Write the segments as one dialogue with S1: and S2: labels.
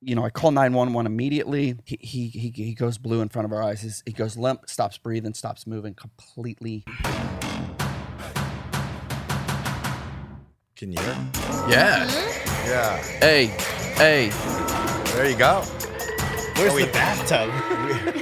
S1: you know, I call 911 immediately. He, he, he, he goes blue in front of our eyes. He's- He goes limp, stops breathing, stops moving completely.
S2: Can you hear? it?
S3: Yeah.
S2: Yeah.
S3: Hey, hey,
S2: There you go.
S4: Where's
S2: Oh,
S4: the
S2: we-
S4: bathtub?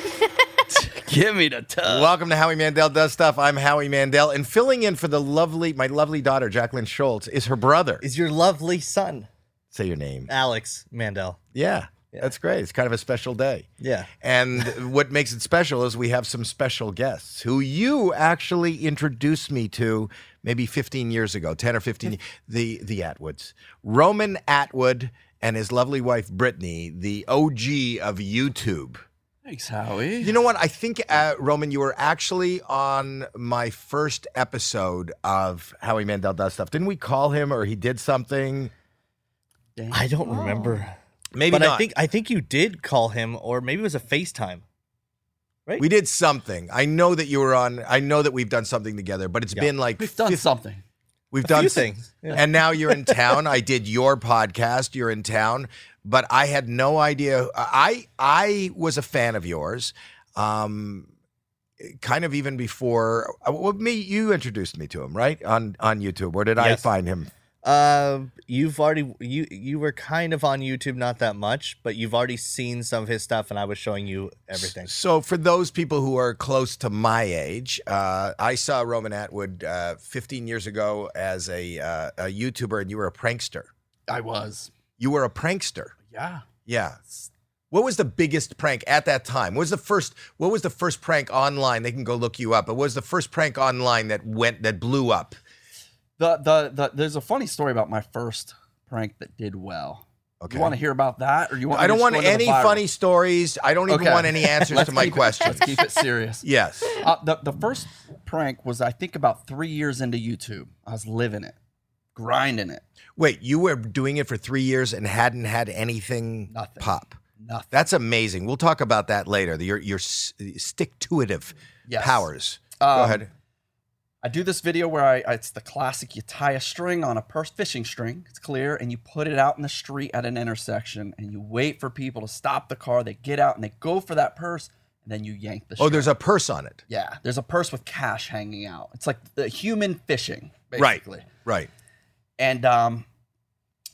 S3: give me the tub.
S2: Welcome to Howie Mandel Does Stuff. I'm Howie Mandel, and filling in for the lovely, my lovely daughter, Jacqueline Schultz, is her brother.
S4: Is your lovely son,
S2: Say your
S4: Uh,
S2: name.
S4: Alex Mandel?
S2: Yeah, that's great. It's kind of a special day.
S4: Yeah.
S2: And what makes it special is we have some special guests who you actually introduced me to maybe 15 years ago, 10 or 15, ye- the the Atwoods. Roman Atwood and his lovely wife Brittany, the OG of YouTube.
S3: Thanks, Howie.
S2: You know what? I think uh, Roman, you were actually on my first episode of Howie Mandel does stuff. Didn't we call him or he did something?
S4: I
S1: Oh.
S4: don't remember.
S2: Maybe
S4: but
S2: not.
S4: I think I think you did call him, or maybe it was a FaceTime.
S2: we did something. I know that you were on. I know that we've done something together, but it's
S4: Yeah.
S2: been like
S1: We've done
S2: fif-
S1: something.
S2: We've
S4: A
S2: done
S4: few
S2: s-
S4: things. Yeah.
S2: And now you're in town. I did your podcast. You're in town, but I had no idea. I I was a fan of yours, um, kind of even before. uh, Well, me you introduced me to him, right on on YouTube, or did I
S4: Yes.
S2: find him?
S4: Uh, you've already you you were kind of on YouTube, not that much, but you've already seen some of his stuff, and I was showing you everything.
S2: So for those people who are close to my age, uh, I saw Roman Atwood uh, 15 years ago as a uh, a YouTuber, and you were a prankster.
S1: I was.
S2: You were a prankster.
S1: Yeah.
S2: Yeah. What was the biggest prank at that time? What was the first what was the first prank online? They can go look you up. But what was the first prank online that went that blew up?
S1: The, the, the, there's a funny story about my first prank that did well.
S2: Okay.
S1: You want to hear about that? or you want?
S2: I don't want any funny
S1: stuff.
S2: stories. I don't even
S1: Okay.
S2: want any answers to my questions.
S1: Let's keep it serious.
S2: Yes.
S1: uh, the, the first prank was, I think, about three years into YouTube. I was living it, grinding it.
S2: Wait, you were doing it for 3 years and hadn't had anything
S1: Nothing.
S2: pop.
S1: Nothing.
S2: That's amazing. We'll talk about that later. Your your s- stick-to-itive
S1: Yes.
S2: powers. go
S1: Um,
S2: ahead.
S1: I do this video where I it's the classic you tie a string on a purse fishing string, it's clear, and you put it out in the street at an intersection and you wait for people to stop the car, they get out and they go for that purse, and then you yank the
S2: Oh,
S1: string.
S2: there's a purse on it.
S1: yeah, there's a purse with cash hanging out. It's like the human fishing,
S2: Right.
S1: basically.
S2: Right.
S1: And um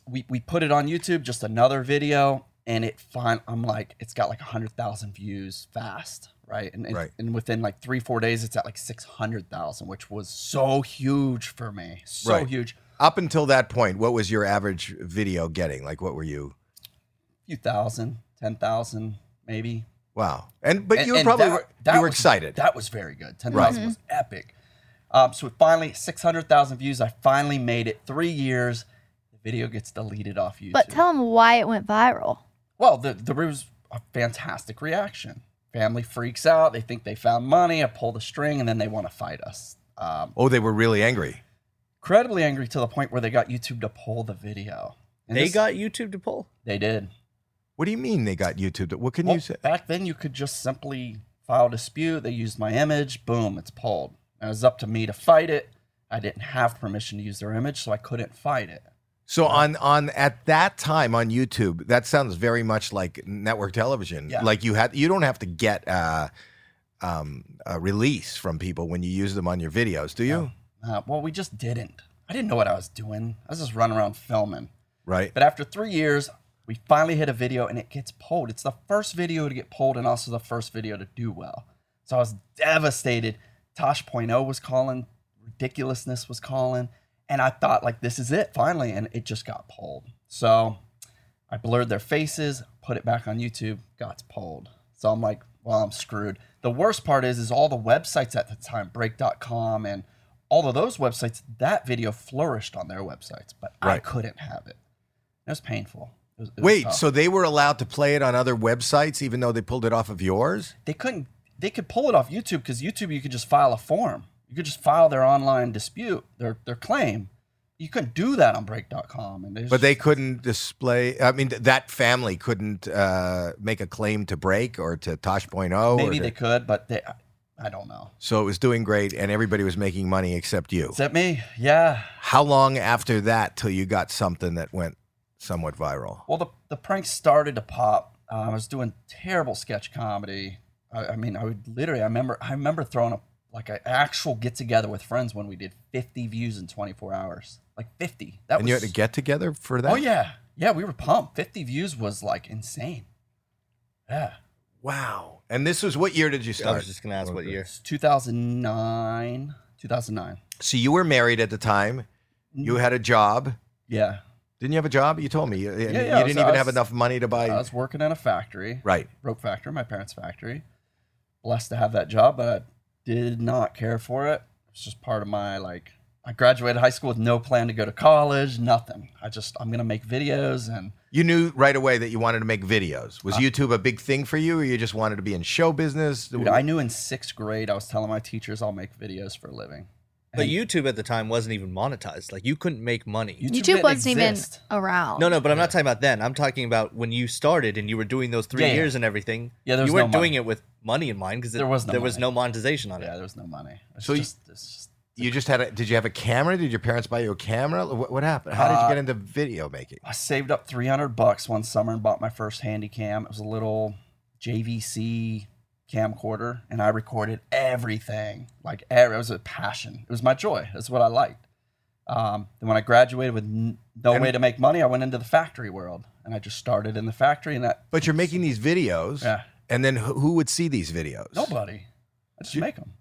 S1: we we put it on YouTube, just another video, and it find I'm like, it's got like hundred thousand views fast. Right. And, and,
S2: Right.
S1: and within like three, four days, it's at like 600,000, which was so huge for me. So
S2: Right.
S1: huge.
S2: Up until that point, what was your average video getting? Like what were you
S1: few thousand, ten thousand, maybe.
S2: Wow. And but
S1: And-
S2: you were
S1: and
S2: probably
S1: that-
S2: were,
S1: that
S2: you were
S1: was-
S2: excited.
S1: That was very good. Ten thousand was epic. Um, so it finally six hundred thousand views. I finally made it. Three years, the video gets deleted off YouTube.
S5: But tell them why it went viral.
S1: well, the, there was a fantastic reaction. Family freaks out. They think they found money. I pull the string, and then they want to fight us. Um,
S2: oh, they were really angry.
S1: incredibly angry to the point where they got YouTube to pull the video. And
S4: They
S1: this-
S4: got YouTube to pull.
S1: They did.
S2: What do you mean they got YouTube? To, what can
S1: Well,
S2: you say?
S1: Back then, you could just simply file dispute. They used my image. Boom, it's pulled. And it was up to me to fight it. I didn't have permission to use their image, so I couldn't fight it.
S2: So on on at that time on YouTube, that sounds very much like network television.
S1: Yeah.
S2: Like you had you don't have to get uh, um, a release from people when you use them on your videos, do you?
S1: Uh, well, we just didn't. I didn't know what I was doing. I was just running around filming.
S2: Right.
S1: But after three years, we finally hit a video and it gets pulled. It's the first video to get pulled and also the first video to do well. So I was devastated. Tosh.0 was calling, Ridiculousness was calling, and I thought, like, this is it finally. And it just got pulled. So I blurred their faces, put it back on YouTube, got pulled. So I'm like, well, I'm screwed. The worst part is, is all the websites at the time, break.com and all of those websites, that video flourished on their websites, but I
S2: Right.
S1: couldn't have it. It was painful. It was- it was
S2: Wait,
S1: tough.
S2: so they were allowed to play it on other websites even though they pulled it off of yours?
S1: they couldn't. They could pull it off YouTube because YouTube, you could just file a form. You could just file their online dispute, their their claim. You couldn't do that on Break.com, and
S2: But they couldn't display I mean th- that family couldn't uh, make a claim to break or to Tosh.0 or
S1: maybe
S2: to-
S1: they could, but they, I, I don't know.
S2: So it was doing great, and everybody was making money except you.
S1: Is that me? Yeah.
S2: How long after that till you got something that went somewhat viral.
S1: Well, the, the prank started to pop. Um, I was doing terrible sketch comedy. I, I mean, I would literally. I remember. I remember throwing a like an actual get together with friends when we did 50 views in 24 hours. Like 50. That
S2: and
S1: was
S2: you had to get together for that?
S1: Oh yeah, yeah. We were pumped. 50 views was like insane. Yeah,
S2: Wow. And this was what year did you
S4: I
S2: start?
S4: was just gonna ask what year.
S1: it's 2009. 2009.
S2: So you were married at the time.
S1: Mm-hmm.
S2: You had a job.
S1: Yeah,
S2: Didn't you have a job? You told me. You, and
S1: yeah,
S2: you
S1: I was-
S2: didn't
S1: I
S2: even have
S1: was-
S2: enough money to
S1: I
S2: buy.
S1: was working at a factory.
S2: right.
S1: rope factory, my parents' factory. Blessed to have that job, but I did not care for it. It's just part of my like. I graduated high school with no plan to go to college, nothing. I just I'm gonna make videos and
S2: You knew right away that you wanted to make videos.
S1: Uh-huh.
S2: Was YouTube a big thing for you, or you just wanted to be in show business?
S1: dude, I knew in sixth grade I was telling my teachers I'll make videos for a living.
S4: But
S1: And
S4: YouTube at the time wasn't even monetized. Like you couldn't make money.
S1: YouTube,
S5: YouTube,
S1: didn't
S5: wasn't
S1: exist.
S5: even around.
S4: no, no, but I'm not talking about then. I'm talking about when you started and you were doing those three
S1: Yeah, yeah.
S4: years and everything.
S1: Yeah, there was
S4: you weren't
S1: no
S4: doing
S1: money.
S4: it with money in mind because
S1: There was no
S4: there was
S1: money.
S4: no monetization on
S1: Yeah,
S4: it.
S1: there was no money. It's
S2: So you-
S1: just, it's just
S2: You just had a. Did you have a camera? Did your parents buy you a camera? What, what happened? How did
S1: Uh,
S2: you get into video making?
S1: I saved up 300 bucks one summer and bought my first handy cam. It was a little JVC camcorder, and I recorded everything. Like er- it was a passion. It was my joy. That's what I liked. Um, and when I graduated with n- no
S2: And-
S1: way to make money, I went into the factory world, and I just started in the factory. And that
S2: But you're making these videos,
S1: Yeah.
S2: and then who, who would see these videos?
S1: nobody, I just make them.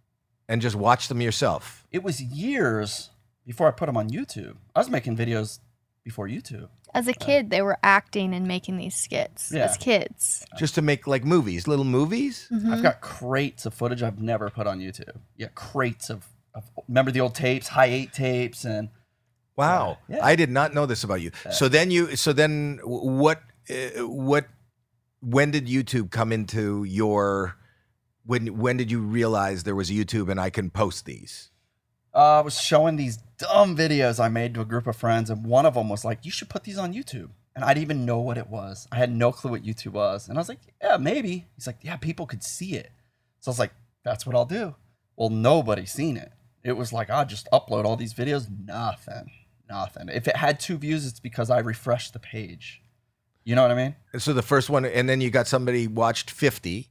S2: And just watch them yourself.
S1: It was years before I put them on YouTube. I was making videos before YouTube.
S5: As a kid, they were acting and making these skits
S1: Yeah. Mm-hmm.
S5: as kids. Mm-hmm.
S2: just to make like movies, little movies.
S1: I've got crates of footage I've never put on YouTube. Yeah, crates of, of remember the old tapes, high eight tapes, and
S2: Wow,
S1: Yeah.
S2: I did not know this about you. so then you, so then wh- what, uh, what, when did YouTube come into your? When when did you realize there was YouTube and I can post these?
S1: uh, I was showing these dumb videos I made to a group of friends, and one of them was like, "You should put these on YouTube." And I didn't even know what it was. I had no clue what YouTube was, and I was like, "Yeah, maybe." He's like, "Yeah, people could see it." So I was like, "That's what I'll do." Well, nobody seen it. It was like I just upload all these videos, nothing, nothing. If it had two views, it's because I refreshed the page. You know what I mean?
S2: And so the first one, and then you got somebody watched fifty.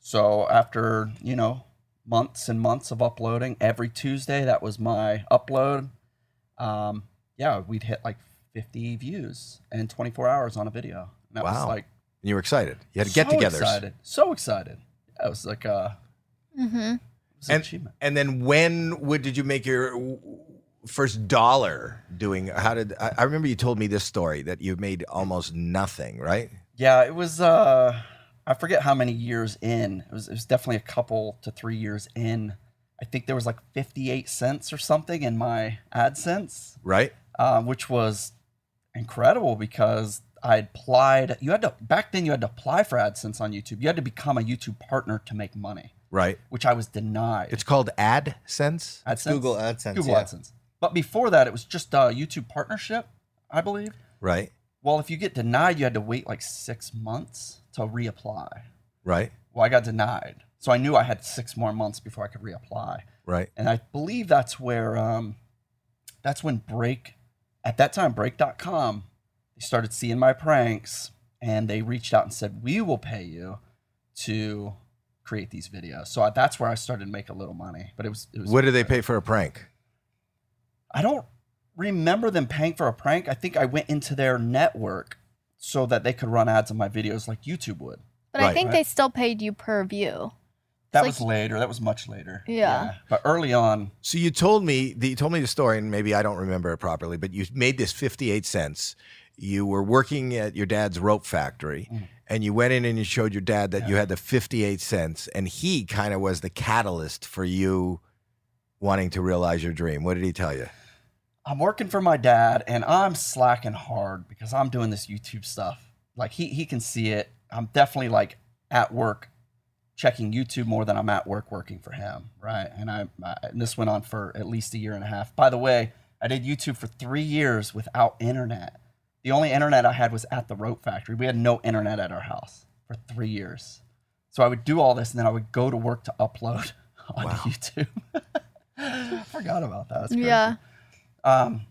S1: So after, you know, months and months of uploading, every Tuesday that was my upload. Um, yeah, we'd hit like 50 views and 24 hours on a video. And that was
S2: Wow.
S1: like
S2: And you were excited. You had to get together.
S1: Excited. So excited. Yeah, it was like uh
S5: Mm-hmm.
S1: it was an achievement.
S2: And then when would did you make your w- first dollar doing? How did I, I remember you told me this story that you made almost nothing, right?
S1: Yeah, it was uh I forget how many years in. It was it was definitely a couple to 3 years in. I think there was like 58 cents or something in my AdSense.
S2: Right.
S1: um, which was incredible because I had applied. You had to back then. You had to apply for AdSense on YouTube. You had to become a YouTube partner to make money,
S2: Right.
S1: which I was denied.
S2: It's called AdSense.
S1: AdSense?
S4: Google AdSense,
S1: Google
S4: yeah.
S1: AdSense. But before that, it was just a YouTube partnership, I believe.
S2: Right.
S1: Well, if you get denied, you had to wait like six months to reapply.
S2: Right.
S1: Well, I got denied, so I knew I had six more months before I could reapply.
S2: Right.
S1: and I believe that's where um, that's when Break at that time Break.com they started seeing my pranks and they reached out and said we will pay you to create these videos. So I, that's where I started to make a little money, but it was it was
S2: What do they pay for a prank?
S1: I don't remember them paying for a prank. I think I went into their network so that they could run ads on my videos like YouTube would.
S5: But
S2: Right.
S5: I think
S1: Right.
S5: they still paid you per view.
S1: That
S5: It's
S1: was later. That was much later.
S5: Yeah.
S1: But early on,
S2: So you told me the, you told me the story, and maybe I don't remember it properly, but you made this fifty-eight cents. You were working at your dad's rope factory,
S1: Mm.
S2: and you went in and you showed your dad that you had the fifty-eight cents, and he kind of was the catalyst for you wanting to realize your dream. What did he tell you?
S1: I'm working for my dad and I'm slacking hard because I'm doing this YouTube stuff. Like he he can see it. I'm definitely like at work checking YouTube more than I'm at work working for him, right? And I, I and this went on for at least a year and a half. By the way, I did YouTube for 3 years without internet. The only internet I had was at the rope factory. We had no internet at our house for 3 years. So I would do all this and then I would go to work to upload on YouTube. I forgot about that. That's crazy.
S5: Yeah.
S1: Um,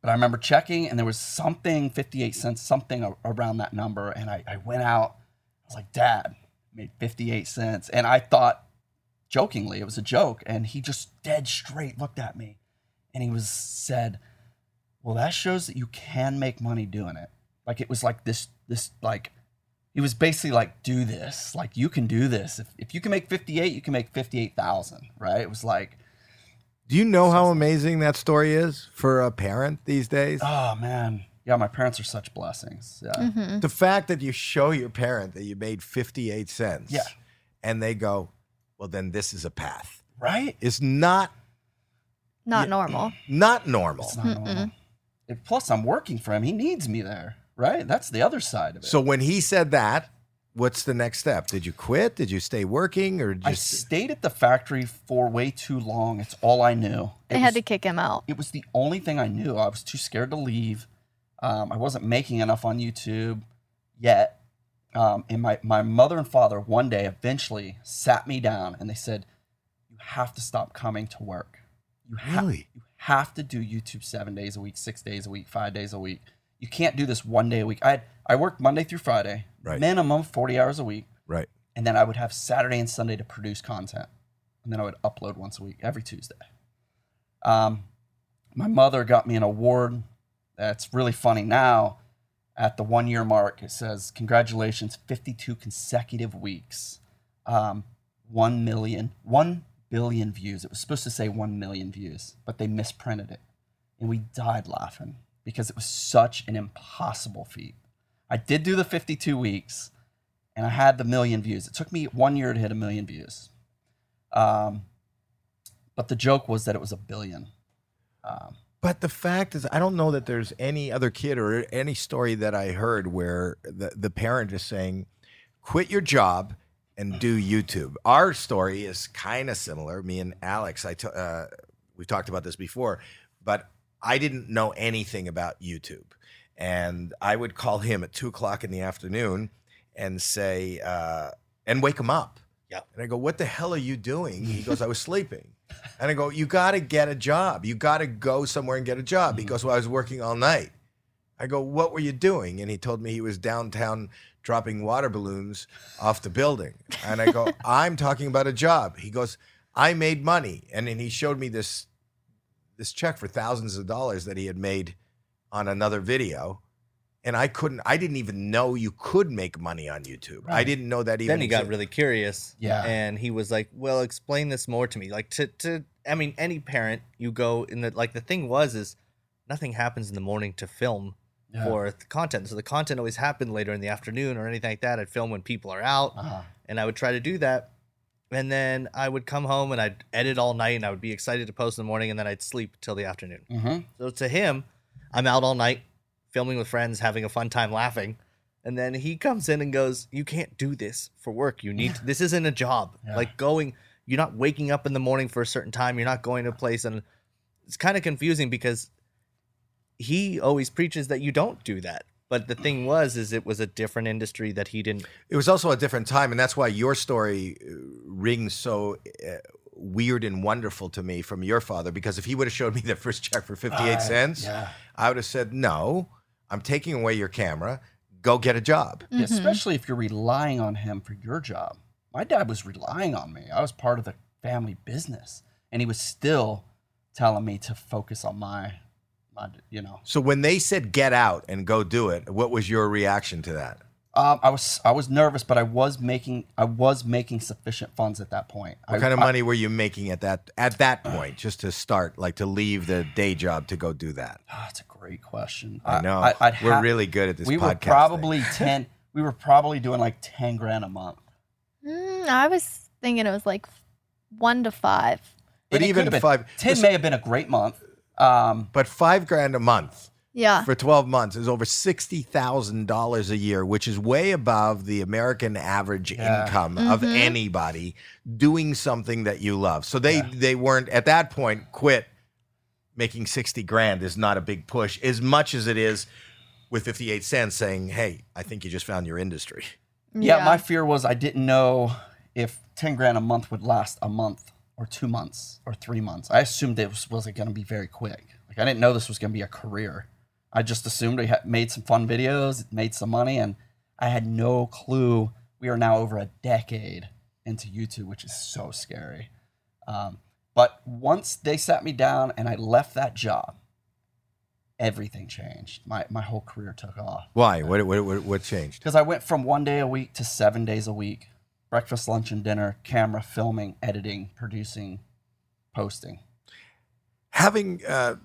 S1: But I remember checking, and there was something 58 cents, something a- around that number. And I, I went out. I was like, Dad made 58 cents. And I thought jokingly, it was a joke. And he just dead straight looked at me and he was said, Well, that shows that you can make money doing it. Like it was like this, this, like, he was basically like, Do this. Like you can do this. If, if you can make 58, you can make 58,000, right? It was like,
S2: Do you know how amazing that story is for a parent these days?
S1: Oh man. Yeah, my parents are such blessings. Yeah.
S5: Mm-hmm.
S2: The fact that you show your parent that you made 58 cents
S1: Yeah.
S2: and they go, well, then this is a path
S1: Right?
S2: is not
S5: Not normal.
S2: not normal.
S1: It's not normal. And plus, I'm working for him. He needs me there, right? That's the other side of it.
S2: So when he said that, what's the next step? Did you quit? Did you stay working or
S1: I
S2: just
S1: stayed at the factory for way too long. It's all I knew. It
S5: They
S1: was,
S5: had to kick him out.
S1: It was the only thing I knew. I was too scared to leave. Um, I wasn't making enough on YouTube yet. Um, and my, my mother and father one day eventually sat me down and they said, You have to stop coming to work. You have
S2: Really?
S1: you have to do YouTube seven days a week, six days a week, five days a week. You can't do this one day a week. I had, I worked Monday through Friday,
S2: Right.
S1: minimum forty hours a week
S2: right?
S1: and then I would have Saturday and Sunday to produce content, and then I would upload once a week every Tuesday. Um, my mother got me an award that's really funny now. At the one year mark, it says, Congratulations, 52 consecutive weeks, um, 1 million, 1 billion views. It was supposed to say 1 million views, but they misprinted it. And we died laughing because it was such an impossible feat. I did do the 52 weeks and I had the million views. It took me one year to hit a million views. Um, but the joke was that it was a billion. Um,
S2: But the fact is, I don't know that there's any other kid or any story that I heard where the, the parent is saying, quit your job and do YouTube. Our story is kind of similar. Me and Alex, I t- uh, we've talked about this before, but I didn't know anything about YouTube. And I would call him at two o'clock in the afternoon and say, uh, and wake him up.
S4: Yeah.
S2: And I go, what the hell are you doing? He goes, I was sleeping. And I go, you got to get a job. You got to go somewhere and get a job. He goes, well, I was working all night. I go, what were you doing? And he told me he was downtown dropping water balloons off the building. And I go, I'm talking about a job. He goes, I made money. And then he showed me this this check for thousands of dollars that he had made on another video. And I couldn't, I didn't even know you could make money on YouTube. I
S1: Right.
S2: didn't know that even.
S4: then he got
S2: existed.
S4: really curious.
S1: Yeah.
S4: And he was like, "Well, explain this more to me." Like to to I mean, any parent you go in the like the thing was is nothing happens in the morning to film
S1: yeah.
S4: for the content. So the content always happened later in the afternoon or anything like that. I'd film when people are out
S1: Uh-huh.
S4: and I would try to do that. And then I would come home and I'd edit all night and I would be excited to post in the morning and then I'd sleep till the afternoon.
S1: hmm
S4: So to him, I'm out all night filming with friends, having a fun time laughing. And then he comes in and goes, You can't do this for work. You need this isn't a job.
S1: Yeah.
S4: Like going, you're not waking up in the morning for a certain time. You're not going to a place. And it's kind of confusing because he always preaches that you don't do that. But the thing was, is it was a different industry that he didn't.
S2: It was also a different time, and that's why your story uh, rings so uh, weird and wonderful to me from your father. Because if he would have showed me the first check for fifty-eight
S1: Uh,
S2: cents,
S1: yeah.
S2: I would have said, "No, I'm taking away your camera. Go get a job."
S1: Yeah, Especially if you're relying on him for your job. My dad was relying on me. I was part of the family business, and he was still telling me to focus on my, my you know,
S2: So when they said, "Get out and go do it," what was your reaction to that?
S1: Um, I was I was nervous, but I was making I was making sufficient funds at that point.
S2: What
S1: I,
S2: kind of
S1: I- Uh.
S2: money were you making at that at that point, just to start, like to leave the day job to go do that?
S1: Ah, that's a great question.
S2: I know
S1: Uh, I'd
S2: we're
S1: ha-
S2: really good at this.
S1: We
S2: podcast
S1: were
S2: thing.
S1: probably ten. We were probably doing like ten grand a month.
S5: Mm, I was thinking it was like one to five.
S2: But
S1: And it
S2: even
S1: could've been-
S2: five-
S1: ten
S2: listen-
S1: may have been a great month. Um,
S2: but five grand a month.
S5: Yeah.
S2: for 12 months is over $60,000 a year, which is way above the American average
S1: Yeah.
S2: income of anybody doing something that you love. So they they weren't at that point quit making 60 grand is not a big push as much as it is with 58 cents saying, "Hey, I think you just found your industry."
S1: yeah, my fear was I didn't know if ten grand a month would last a month or two months or three months. I assumed it was was it going to be very quick. Like Like I didn't know this was going to be a career. I just assumed we had made some fun videos, made some money, and I had no clue we are now over a decade into YouTube, which is so scary. Um, but once they sat me down and I left that job, everything changed. My my whole career took off
S2: Why? What, what, what, what changed?
S1: because I went from one day a week to seven days a week. Breakfast, lunch, and dinner, camera, filming, editing, producing, posting.
S2: having uh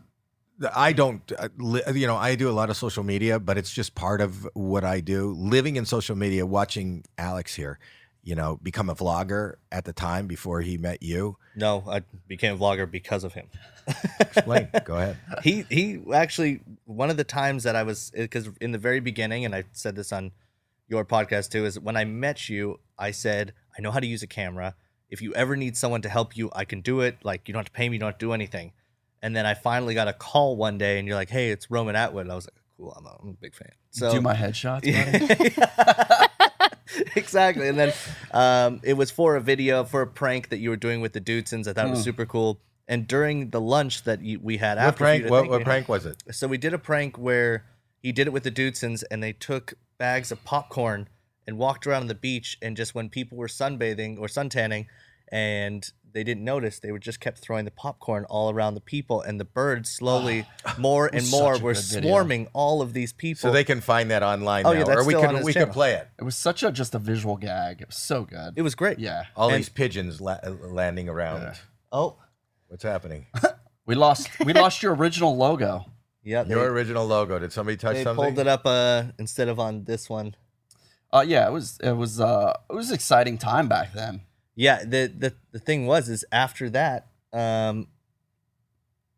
S2: the- I don't, uh, li- you know, I do a lot of social media, but it's just part of what I do. Living in social media, watching Alex here, you know, become a vlogger at the time before he met you.
S4: No, I became a vlogger because of him.
S2: Explain. Go ahead.
S4: he he actually one of the times that I was because in the very beginning, and I said this on your podcast too, is when I met you, I said I know how to use a camera. If you ever need someone to help you, I can do it. Like you don't have to pay me, you don't have to do anything. And then I finally got a call one day, and you're like, "Hey, it's Roman Atwood." And I was like, "Cool, I'm a, I'm a big fan." So
S1: Do my headshots. buddy.
S4: Yeah. exactly. And then um, it was for a video for a prank that you were doing with the Dudesons. I thought it was super cool. And during the lunch that you, we had
S2: Mm. What
S4: after,
S2: prank?
S4: Feud, I
S2: What,
S4: think
S2: what
S4: we-
S2: prank was it?
S4: So we did a prank where he did it with the Dudesons, and they took bags of popcorn and walked around the beach. And just when people were sunbathing or suntanning, and they didn't notice, they were just kept throwing the popcorn all around the people, and the birds slowly more and
S1: was
S4: more
S1: such a
S4: were
S1: good video.
S4: swarming all of these people.
S2: So they can find that online
S4: Oh,
S2: now,
S4: yeah,
S2: or
S4: that's
S2: we
S4: still
S2: could
S4: on his
S2: we could
S4: channel.
S2: play it.
S1: It was such a just a visual gag. It was so good.
S4: it was great.
S1: yeah.
S2: All
S4: And-
S2: these pigeons la- uh, landing around.
S1: Yeah.
S4: Oh,
S2: What's happening?
S1: We lost we lost your original logo.
S4: yeah. They,
S2: Your original logo. Did somebody touch
S4: they
S2: something?
S4: pulled it up uh, instead of on this one.
S1: Uh yeah, it was it was uh it was an exciting time back then.
S4: Yeah. The the the thing was is after that, um,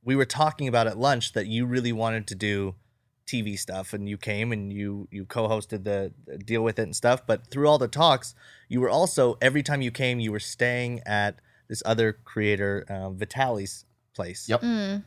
S4: we were talking about at lunch that you really wanted to do TV stuff, and you came and you you co-hosted the, the deal with it and stuff. But through all the talks, you were also every time you came, you were staying at this other creator, um, Vitali's place.
S1: Yep.
S5: Mm.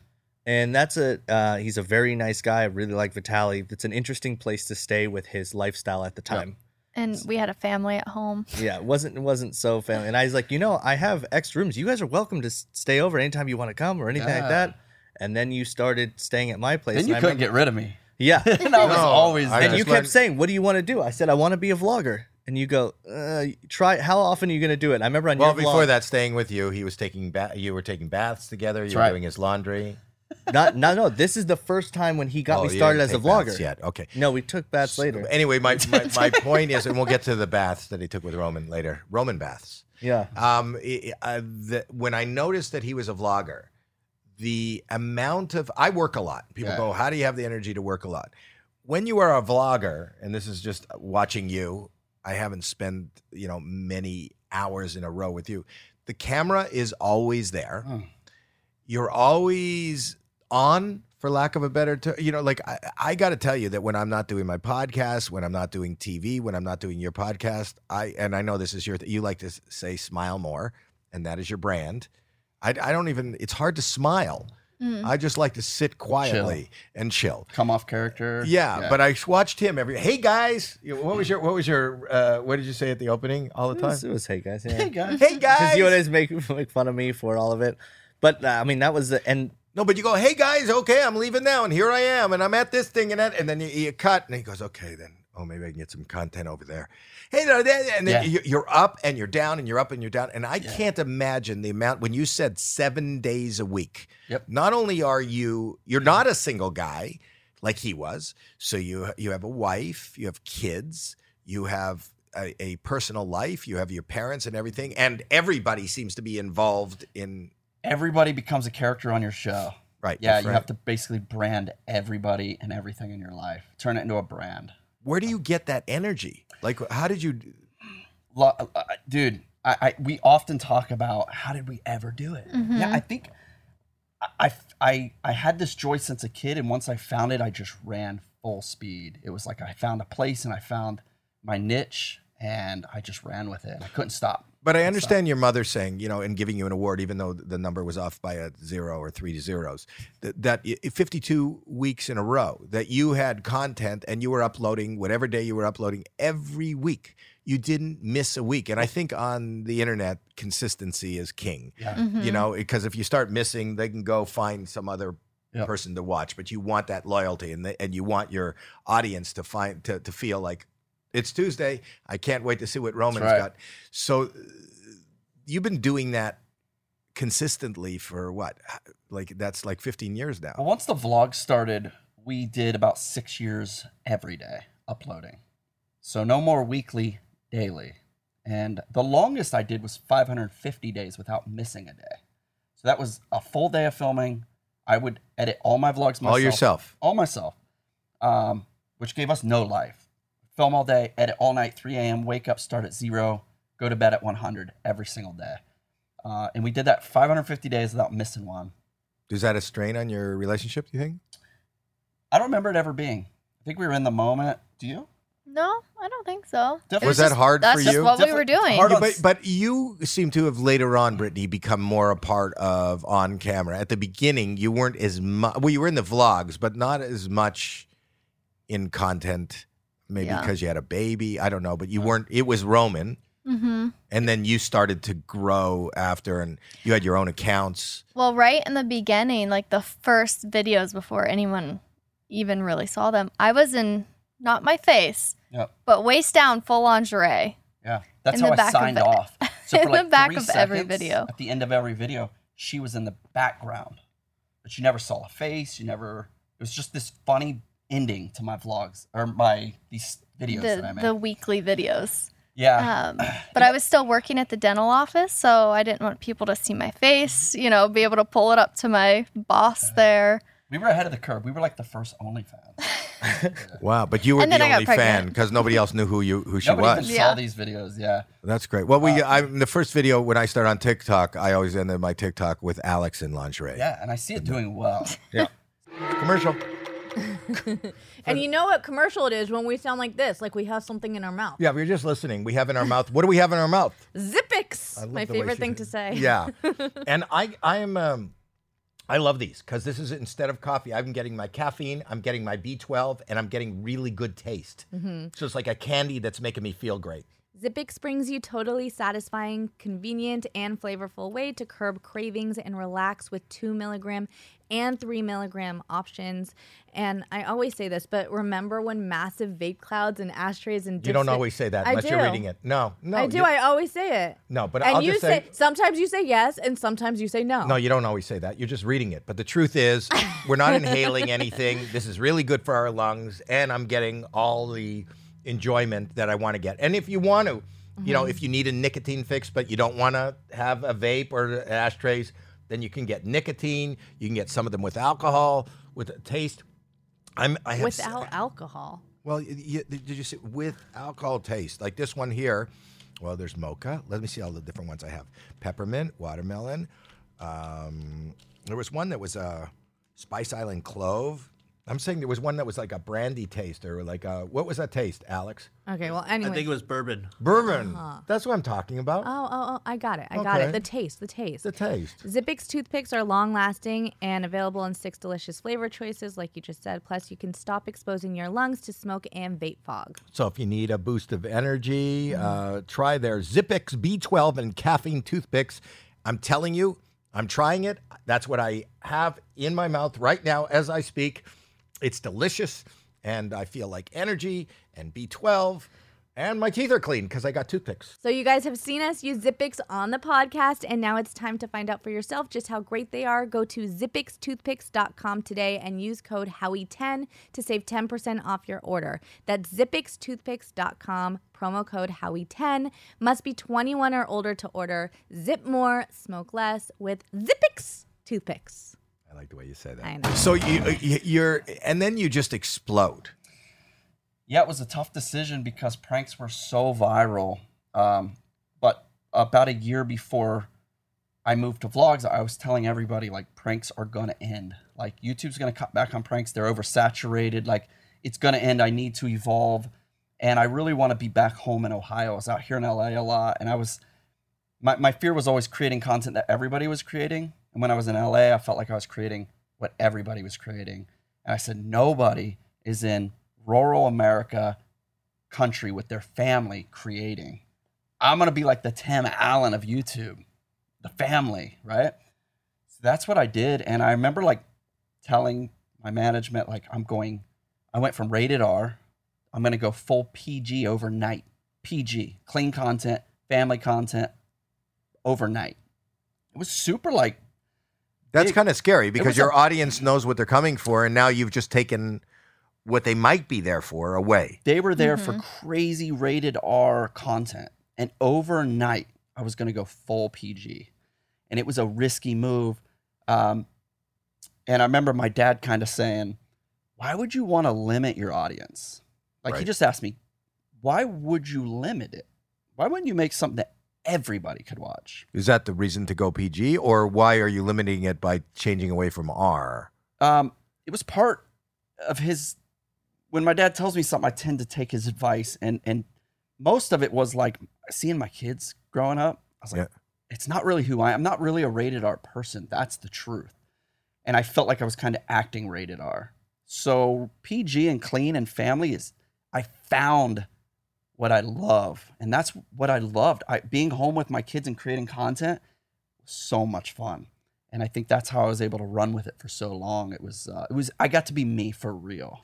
S4: and that's a uh, he's a very nice guy. I really like Vitali. It's an interesting place to stay with his lifestyle at the time.
S5: And we had a family at home.
S4: Yeah, it wasn't it wasn't so family. And I was like, you know, I have extra rooms. You guys are welcome to s- stay over anytime you want to come or anything
S1: Yeah.
S4: like that. And then you started staying at my place.
S1: Then you
S4: and I
S1: couldn't
S4: remember-
S1: get rid of me.
S4: yeah.
S1: and I was
S2: No,
S1: always there.
S2: I
S4: and
S2: just
S4: you
S2: learned-
S4: kept saying, "What do you want to do?" I said, "I want to be a vlogger." And you go, uh, "Try. How often are you going to do it?" And I remember on
S2: Well,
S4: your
S2: before
S4: vlog-
S2: that, staying with you, he was taking ba- you were taking baths together. You
S1: That's
S2: were
S1: right.
S2: doing his laundry.
S4: not no no. This is the first time when he got
S2: Oh,
S4: me
S2: you
S4: started
S2: didn't
S4: as a
S2: take baths
S4: vlogger.
S2: Yet, eh, okay.
S4: No, we took baths later.
S2: Anyway, my, my, my point is, and we'll get to the baths that he took with Roman later. Roman baths.
S4: Yeah.
S2: Um, i- i- uh, the, when I noticed that he was a vlogger, the amount of I work a lot. People
S1: Yeah.
S2: go, "How do you have the energy to work a lot?" When you are a vlogger, and this is just watching you, I haven't spent you know many hours in a row with you. The camera is always there.
S1: Hmm.
S2: You're always on for lack of a better term you know like i, I got to tell you that when i'm not doing my podcast when i'm not doing tv when i'm not doing your podcast i and i know this is your you like to s- say smile more and that is your brand i, I don't even it's hard to smile
S5: Mm.
S2: i just like to sit quietly and chill
S1: Come off character.
S2: yeah, but i watched him every hey guys You- what was your what was your uh, what did you say at the opening all the
S4: Mm. It
S2: time
S4: was, it was hey guys. Yeah.
S1: hey guys.
S2: hey
S4: because
S2: guys
S4: you always make make fun of me for all of it. But uh, I mean, that was the and
S2: No, but you go, hey guys, okay, I'm leaving now, and here I am, and I'm at this thing, and that, and then you, you cut, and he goes, okay, then, oh, maybe I can get some content over there. Hey, da- da- da- and then
S1: Yeah.
S2: you- you're up and you're down and you're up and you're down, and I
S1: Yeah.
S2: can't imagine the amount when you said seven days a week.
S1: Yep. Mm-hmm.
S2: Not only are you, you're not a single guy like he was, so you you have a wife, you have kids, you have. A, a personal life, you have your parents and everything, and everybody seems to be involved in
S1: Everybody becomes a character on your show.
S2: right.
S1: Yeah,
S2: that's
S1: you
S2: right.
S1: have to basically brand everybody and everything in your life. Turn it into a brand.
S2: where do you get that energy? Like, how did you?
S1: lo- uh, uh, dude, I, I we often talk about how did we ever do it? Yeah, I think I, I I I had this joy since a kid, and once I found it, I just ran full speed. It was like I found a place and I found my niche, and I just ran with it. And I couldn't stop.
S2: But I understand your mother saying, you know, and giving you an award, even though the number was off by a zero or three zeros, that, that i- 52 weeks in a row that you had content and you were uploading whatever day you were uploading every week. You didn't miss a week. And I think on the internet, consistency is king,
S1: Yeah,
S5: Mhm.
S2: you know, because if you start missing, they can go find some other
S1: Yeah.
S2: person to watch, but you want that loyalty and the, and you want your audience to find to, to feel like it's Tuesday. I can't wait to see what Roman's
S1: right.
S2: got. So uh, you've been doing that consistently for what? Like that's like 15 years now.
S1: Well, once the vlog started, we did about six years every day uploading. So no more weekly, daily. And the longest I did was 550 days without missing a day. So that was a full day of filming. I would edit all my vlogs myself.
S2: All yourself.
S1: All myself. Um, which gave us no life. Film all day, edit all night, 3 a.m., wake up, start at zero, go to bed at 100 every single day. Uh, and we did that 550 days without missing one.
S2: Is that a strain on your relationship, do you think?
S1: I don't remember it ever being. I think we were in the moment. Do you?
S5: No, I don't think so.
S1: Def-
S5: It
S2: Was that
S5: just-
S2: hard
S5: that's
S2: for
S5: just
S2: you?
S5: what we
S1: Defi-
S5: were doing.
S1: hard
S2: Yeah,
S1: on
S2: but
S1: s-
S2: but you seem to have later on, Brittany, become more a part of on camera. At the beginning, you weren't as much. Well, you were in the vlogs, but not as much in content. Maybe
S5: Yeah.
S2: because you had a baby, I don't know. But you weren't. It was Roman,
S5: hmm
S2: and then you started to grow after, and you had your own accounts.
S5: Well, right in the beginning, like the first videos before anyone even really saw them, I was in not my face,
S1: Yep.
S5: but waist down, full lingerie.
S1: Yeah. That's
S5: In
S1: how
S5: the
S1: I
S5: back of
S1: signed
S5: it.
S1: off. So
S5: In
S1: for
S5: the
S1: like
S5: back
S1: three
S5: of every
S1: seconds,
S5: video.
S1: At the end of every video, she was in the background, but you never saw a face. You never. It was just this funny ending to my vlogs or my these videos that I
S5: The,
S1: made.
S5: the weekly videos.
S1: yeah.
S5: Um, but I was still working at the dental office, so I didn't want people to see my face, you know, be able to pull it up to my boss there.
S1: we were ahead of the curve. We were like the first OnlyFans.
S2: Wow! But you were
S5: And
S2: the
S5: then I got
S2: only fan
S5: pregnant.
S2: because nobody else knew who you who she
S1: Nobody
S2: was.
S1: even saw
S5: Yeah.
S1: these videos. Yeah.
S2: That's great. Well, we
S5: Uh,
S2: I, the first video when I start on TikTok, I always end my TikTok with Alex in lingerie.
S1: Yeah. And I see it doing well.
S2: Commercial.
S6: And you know what commercial it is when we sound like this, like we have something in our mouth.
S2: Yeah, we were just listening. We have in our mouth. What do we have in our mouth? I
S6: Zippix,
S2: love
S6: my
S2: the way
S6: favorite
S2: she
S6: thing
S2: did
S6: to
S2: it.
S6: say.
S2: Yeah, and I I am um, I love these because this is instead of coffee, I'm getting my caffeine, I'm getting my B12, and I'm getting really good taste.
S6: Mm-hmm.
S2: So it's like a candy that's making me feel great.
S6: Zippix brings you totally satisfying, convenient, and flavorful way to curb cravings and relax with two milligram and three milligram options. And I always say this, but remember when massive vape clouds and ashtrays and
S2: You don't
S6: dispen-
S2: always say that
S6: I
S2: unless
S6: do.
S2: you're reading it. No, no,
S6: I do.
S2: you-
S6: I always say it.
S2: No, but
S6: and
S2: I'll
S6: you
S2: just say-
S6: sometimes you say yes, and sometimes you say no.
S2: No, you don't always say that. You're just reading it. But the truth is, we're not inhaling anything. This is really good for our lungs, and I'm getting all the enjoyment that I want to get. And if you want to, you know, if you need a nicotine fix, but you don't want to have a vape or ashtrays, then you can get nicotine. You can get some of them with alcohol, with taste. I'm I have s-
S6: without alcohol.
S2: well, y y- did you see with alcohol taste? Like this one here. Well, there's mocha. Let me see all the different ones I have: peppermint, watermelon. Um, there was one that was a Spice Island clove. I'm saying there was one that was like a brandy taste or like a what was that taste, Alex?
S6: Okay. Well, anyway.
S7: I think it was bourbon.
S2: Bourbon. That's what I'm talking about.
S6: oh, oh, oh, I got it. I got
S2: Okay.
S6: it. The taste. The taste.
S2: The taste.
S6: Zippix toothpicks are long lasting and available in six delicious flavor choices, like you just said. Plus, you can stop exposing your lungs to smoke and vape fog.
S2: So if you need a boost of energy, uh, try their Zippix B12 and caffeine toothpicks. I'm telling you, I'm trying it. That's what I have in my mouth right now as I speak. It's delicious, and I feel like energy and B12, and my teeth are clean because I got toothpicks.
S6: So, you guys have seen us use Zippix on the podcast, and now it's time to find out for yourself just how great they are. Go to zippixtoothpicks.com today and use code Howie10 to save 10% off your order. That's zippixtoothpicks.com, promo code Howie10. Must be 21 or older to order. Zip more, smoke less with Zippix toothpicks.
S2: I like the way you say that.
S6: I know.
S2: So you, uh, y- you're, and then you just explode.
S1: Yeah, it was a tough decision because pranks were so viral. Um, but about a year before I moved to vlogs, I was telling everybody like pranks are gonna end. Like YouTube's gonna cut back on pranks. They're oversaturated. Like it's gonna end. I need to evolve, and I really want to be back home in Ohio. I was out here in LA a lot, and I was my my fear was always creating content that everybody was creating. And when I was in LA, I felt like I was creating what everybody was creating. And I said nobody is in rural America country with their family creating. I'm gonna be like the Tim Allen of YouTube, the family, right? So that's what I did, and I remember like telling my management like I'm going. I went from rated R. I'm going to go full PG overnight. PG, clean content, family content, overnight. It was super like
S2: That's
S1: Big.
S2: kind of scary
S1: was
S2: because
S1: a-
S2: your audience knows what they're coming for, and now you've just taken what they might be there for away.
S1: they were there for crazy rated R content. And overnight, I was going to go full PG. And it was a risky move. Um, and I remember my dad kind of saying, Why would you want to limit your audience? Like he
S2: Right.
S1: just asked me, Why would you limit it? Why wouldn't you make something that everybody could watch?
S2: Is that the reason to go PG, or why are you limiting it by changing away from R?
S1: Um, it was part of his. When my dad tells me something, I tend to take his advice, and and most of it was like seeing my kids growing up. I was like, it's not really who I. I'm not really a rated R person. That's the truth, and I felt like I was kind of acting rated R. So PG and clean and family is. I found what I love, and that's what I loved. I, being home with my kids and creating content was so much fun and I think that's how I was able to run with it for so long. It was uh, it was I got to be me for real.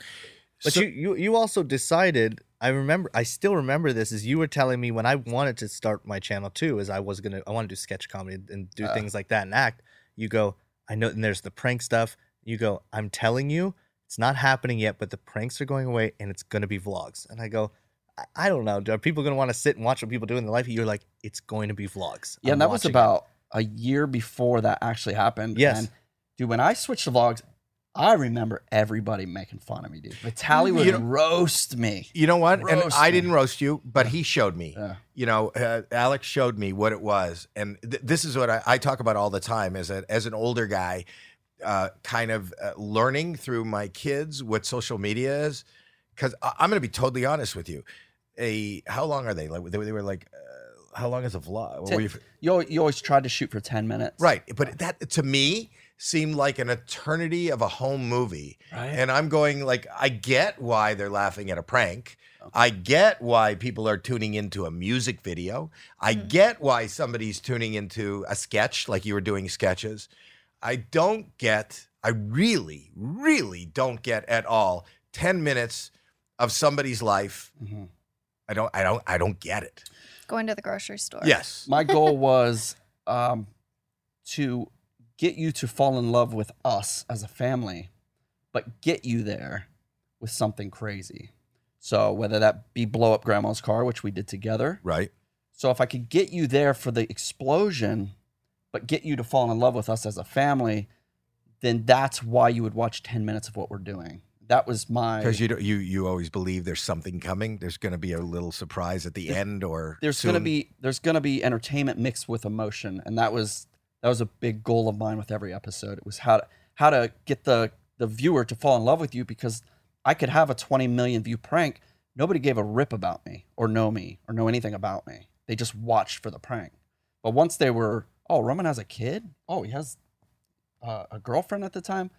S4: But
S2: So-
S4: you, you you also decided. I remember. I still remember this. Is you were telling me when I wanted to start my channel too. Is I was gonna. I want to do sketch comedy and do
S1: Uh.
S4: things like that and act. You go. I know. And there's the prank stuff. You go. I'm telling you, it's not happening yet. But the pranks are going away, and it's gonna be vlogs. And I go. I- I don't know. Are people gonna want to sit and watch what people do in their life? You're like, it's going to be vlogs.
S1: Yeah,
S4: I'm
S1: and that was
S4: watching it."
S1: about a year before that actually happened.
S4: Yes.
S1: and, dude, when I switched to vlogs, I remember everybody making fun of me, dude. Vitaly would
S2: You know-
S1: roast me.
S2: You know what? and
S1: Roast
S2: I
S1: me.
S2: didn't roast you, but he showed me.
S1: Yeah.
S2: You know, uh, Alex showed me what it was, and th- this is what I, I talk about all the time as a, as an older guy, uh, kind of uh, learning through my kids what social media is. Because I'm going to be totally honest with you, a how long are they? Like they, were- they were like, uh, how long is a vlog? What
S1: Ten-
S2: were you-
S1: You al- you always tried to shoot for ten minutes,
S2: Right. But that to me seemed like an eternity of a home movie.
S1: Right.
S2: And I'm going like I get why they're laughing at a prank. I get why people are tuning into a music video. I get why somebody's tuning into a sketch like you were doing sketches. I don't get I really really don't get at all 10 minutes of somebody's life.
S1: Mhm.
S2: I don't I don't I don't get it.
S5: Going to the grocery store.
S2: Yes.
S1: My goal was um, to get you to fall in love with us as a family, but get you there with something crazy. So whether that be blow up grandma's car, which we did together.
S2: Right.
S1: So if I could get you there for the explosion, but get you to fall in love with us as a family, then that's why you would watch 10 minutes of what we're doing. That was my
S2: Because you don't, you you always believe there's something coming. There's going to be a little surprise at the end, or
S1: there's going to
S2: soon.
S1: be there's going to be entertainment mixed with emotion and that was that was a big goal of mine with every episode it was how to how to get the the viewer to fall in love with you because i could have a 20 million view prank nobody gave a rip about me or know me or know anything about me they just watched for the prank but once they were oh roman has a kid oh he has uh, a girlfriend at the time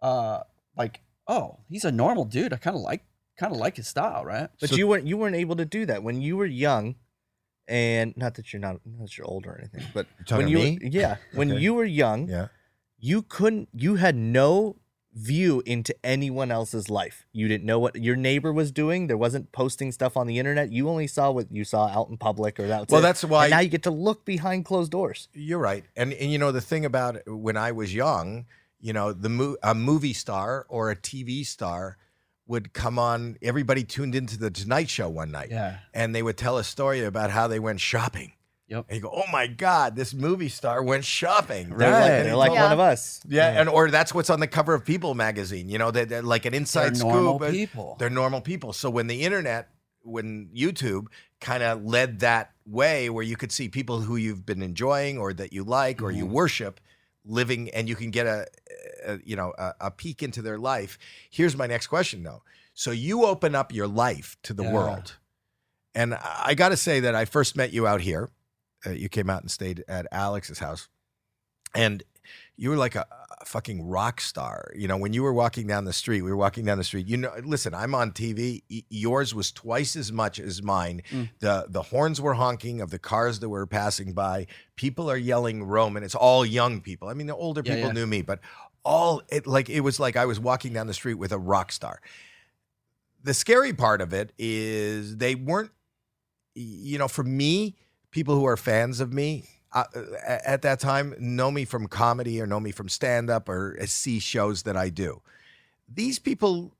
S1: uh like oh he's a normal dude i kind of like kind of like his style right
S4: But you weren't you weren't able to do that when you were young, and not that you're not not that you're old or anything, but
S2: talking
S4: when
S2: to
S4: you
S2: me?
S4: were- yeah when
S2: Okay.
S4: you were young,
S2: yeah.
S4: you couldn't you had no view into anyone else's life. You didn't know what your neighbor was doing. There wasn't posting stuff on the internet. You only saw what you saw out in public, or that. Was
S2: Well,
S4: it.
S2: that's why-
S4: And now you get to look behind closed doors.
S2: You're right, and and you know the thing about it, when I was young, you know the mo- a movie star or a TV star would come on. Everybody tuned into the Tonight Show one night,
S1: yeah
S2: and they would tell a story about how they went shopping.
S1: Yep.
S2: And you go, oh my God, this movie star went shopping.
S4: They're like,
S2: Right.
S4: they're like
S5: Yeah.
S4: one of us.
S2: Yeah, and or that's what's on the cover of People magazine. You know, they they're like an inside
S1: They're
S2: scoop.
S1: normal
S2: but
S1: people.
S2: They're normal people. So when the internet, when YouTube kind of led that way, where you could see people who you've been enjoying or that you like or
S1: Mm-hmm.
S2: you worship living, and you can get a, a you know a, a peek into their life. Here's my next question though. So you open up your life to the
S1: Yeah.
S2: world, and I got to say that I first met you out here. Uh, you came out and stayed at Alex's house, and you were like a, a fucking rock star. You know, when you were walking down the street, we were walking down the street. You know, listen, I'm on TV. Y- yours was twice as much as mine.
S1: Mm.
S2: The the horns were honking of the cars that were passing by. People are yelling Roman. It's all young people. I mean, the older
S1: Yeah,
S2: people
S1: yeah.
S2: knew me, but all it like it was like I was walking down the street with a rock star. The scary part of it is they weren't you know, for me, people who are fans of me uh, at that time know me from comedy or know me from stand up or uh, see shows that I do. These people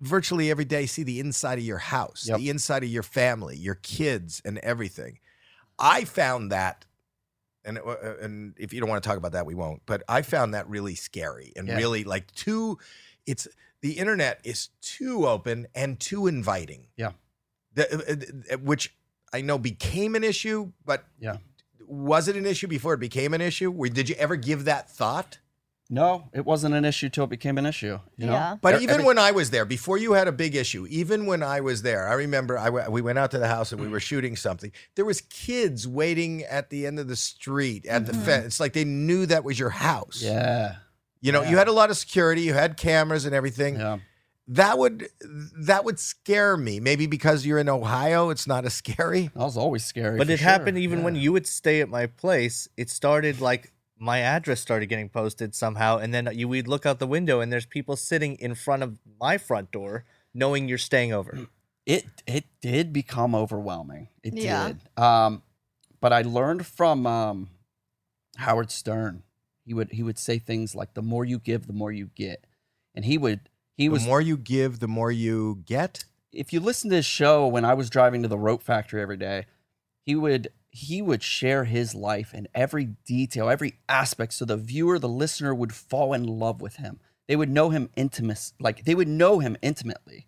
S2: virtually every day see the inside of your house,
S1: Yep.
S2: the inside of your family, your kids, and everything. I found that. And, it wa- uh, and if you don't want to talk about that, we won't. But I found that really scary and
S1: Yeah.
S2: really like too. It's the internet is too open and too inviting.
S1: Yeah.
S2: The- uh, uh, which I know became an issue, but
S1: Yeah.
S2: was it an issue before it became an issue? Where did you ever give that thought?
S1: No, it wasn't an issue till it became an issue. You know?
S5: Yeah.
S2: But
S1: Every-
S2: even when I was there, before you had a big issue, even when I was there, I remember I w- we went out to the house and we were shooting something. There was kids waiting at the end of the street at the fence. It's like they knew that was your house.
S1: Mm-hmm. Yeah.
S2: You know, you
S1: Yeah.
S2: had a lot of security, you had cameras and everything.
S1: Yeah.
S2: That would that would scare me. Maybe because you're in Ohio, it's not as scary.
S1: That was always scary.
S4: But
S1: for
S4: it
S1: sure.
S4: happened even when
S1: Yeah.
S4: you would stay at my place. It started like my address started getting posted somehow, and then you would look out the window and there's people sitting in front of my front door, knowing you're staying over.
S1: it it did become overwhelming. It
S5: Yeah.
S1: did. Um, but I learned from um, Howard Stern. He would he would say things like, "The more you give, the more you get," and he would he was
S2: the more you give, the more you get.
S1: if you listen to his show when I was driving to the rope factory every day, he would he would share his life in every detail, every aspect, so the viewer, the listener would fall in love with him. They would know him intimate, like they would know him intimately.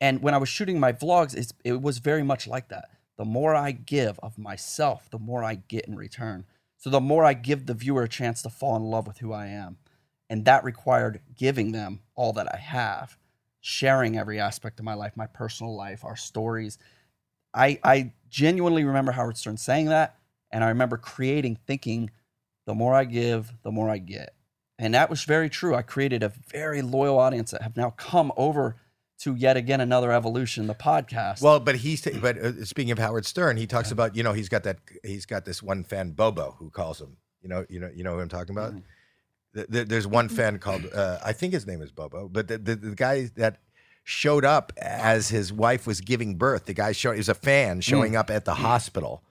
S1: And when I was shooting my vlogs, it's, it was very much like that. The more I give of myself, the more I get in return. So the more I give the viewer a chance to fall in love with who I am, and that required giving them all that I have sharing every aspect of my life, my personal life, our stories. I I genuinely remember Howard Stern saying that, and I remember creating, thinking, the more I give, the more I get, and that was very true. I created a very loyal audience that have now come over to yet again another evolution, the podcast.
S2: Well, but he's but uh, speaking of Howard Stern, he talks about you know he's got that he's got this one fan Bobo who calls him you know you know you know who I'm talking about.
S1: Mm-hmm.
S2: Th- th- There's one fan called uh, I think his name is Bobo, but the, the, the guy that showed up as his wife was giving birth, the guy showed he was a fan showing
S1: Mm.
S2: up at the hospital,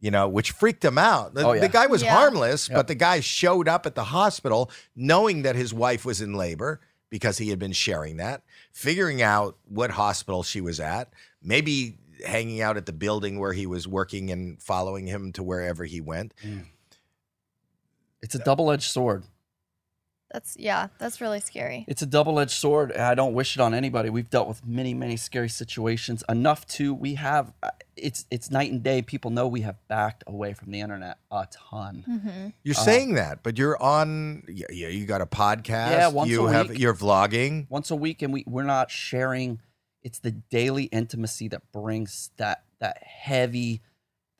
S2: you know, which freaked him out. The,
S1: Oh, yeah.
S2: the guy was
S5: Yeah.
S2: harmless,
S1: Yeah.
S2: but the guy showed up at the hospital knowing that his wife was in labor because he had been sharing that, figuring out what hospital she was at, maybe hanging out at the building where he was working and following him to wherever he went.
S1: it's a double-edged sword.
S5: That's yeah, that's really scary.
S1: It's a double-edged sword, and I don't wish it on anybody. We've dealt with many, many scary situations enough to we have. uh, It's it's night and day. People know we have backed away from the internet a ton.
S5: Mm-hmm.
S2: You're
S1: Uh,
S2: saying that, but you're on. Yeah, yeah, you got a podcast.
S1: Yeah, once
S2: you
S1: a
S2: have
S1: week.
S2: you're vlogging.
S1: once a week and we, we're not sharing it's the daily intimacy that brings that that heavy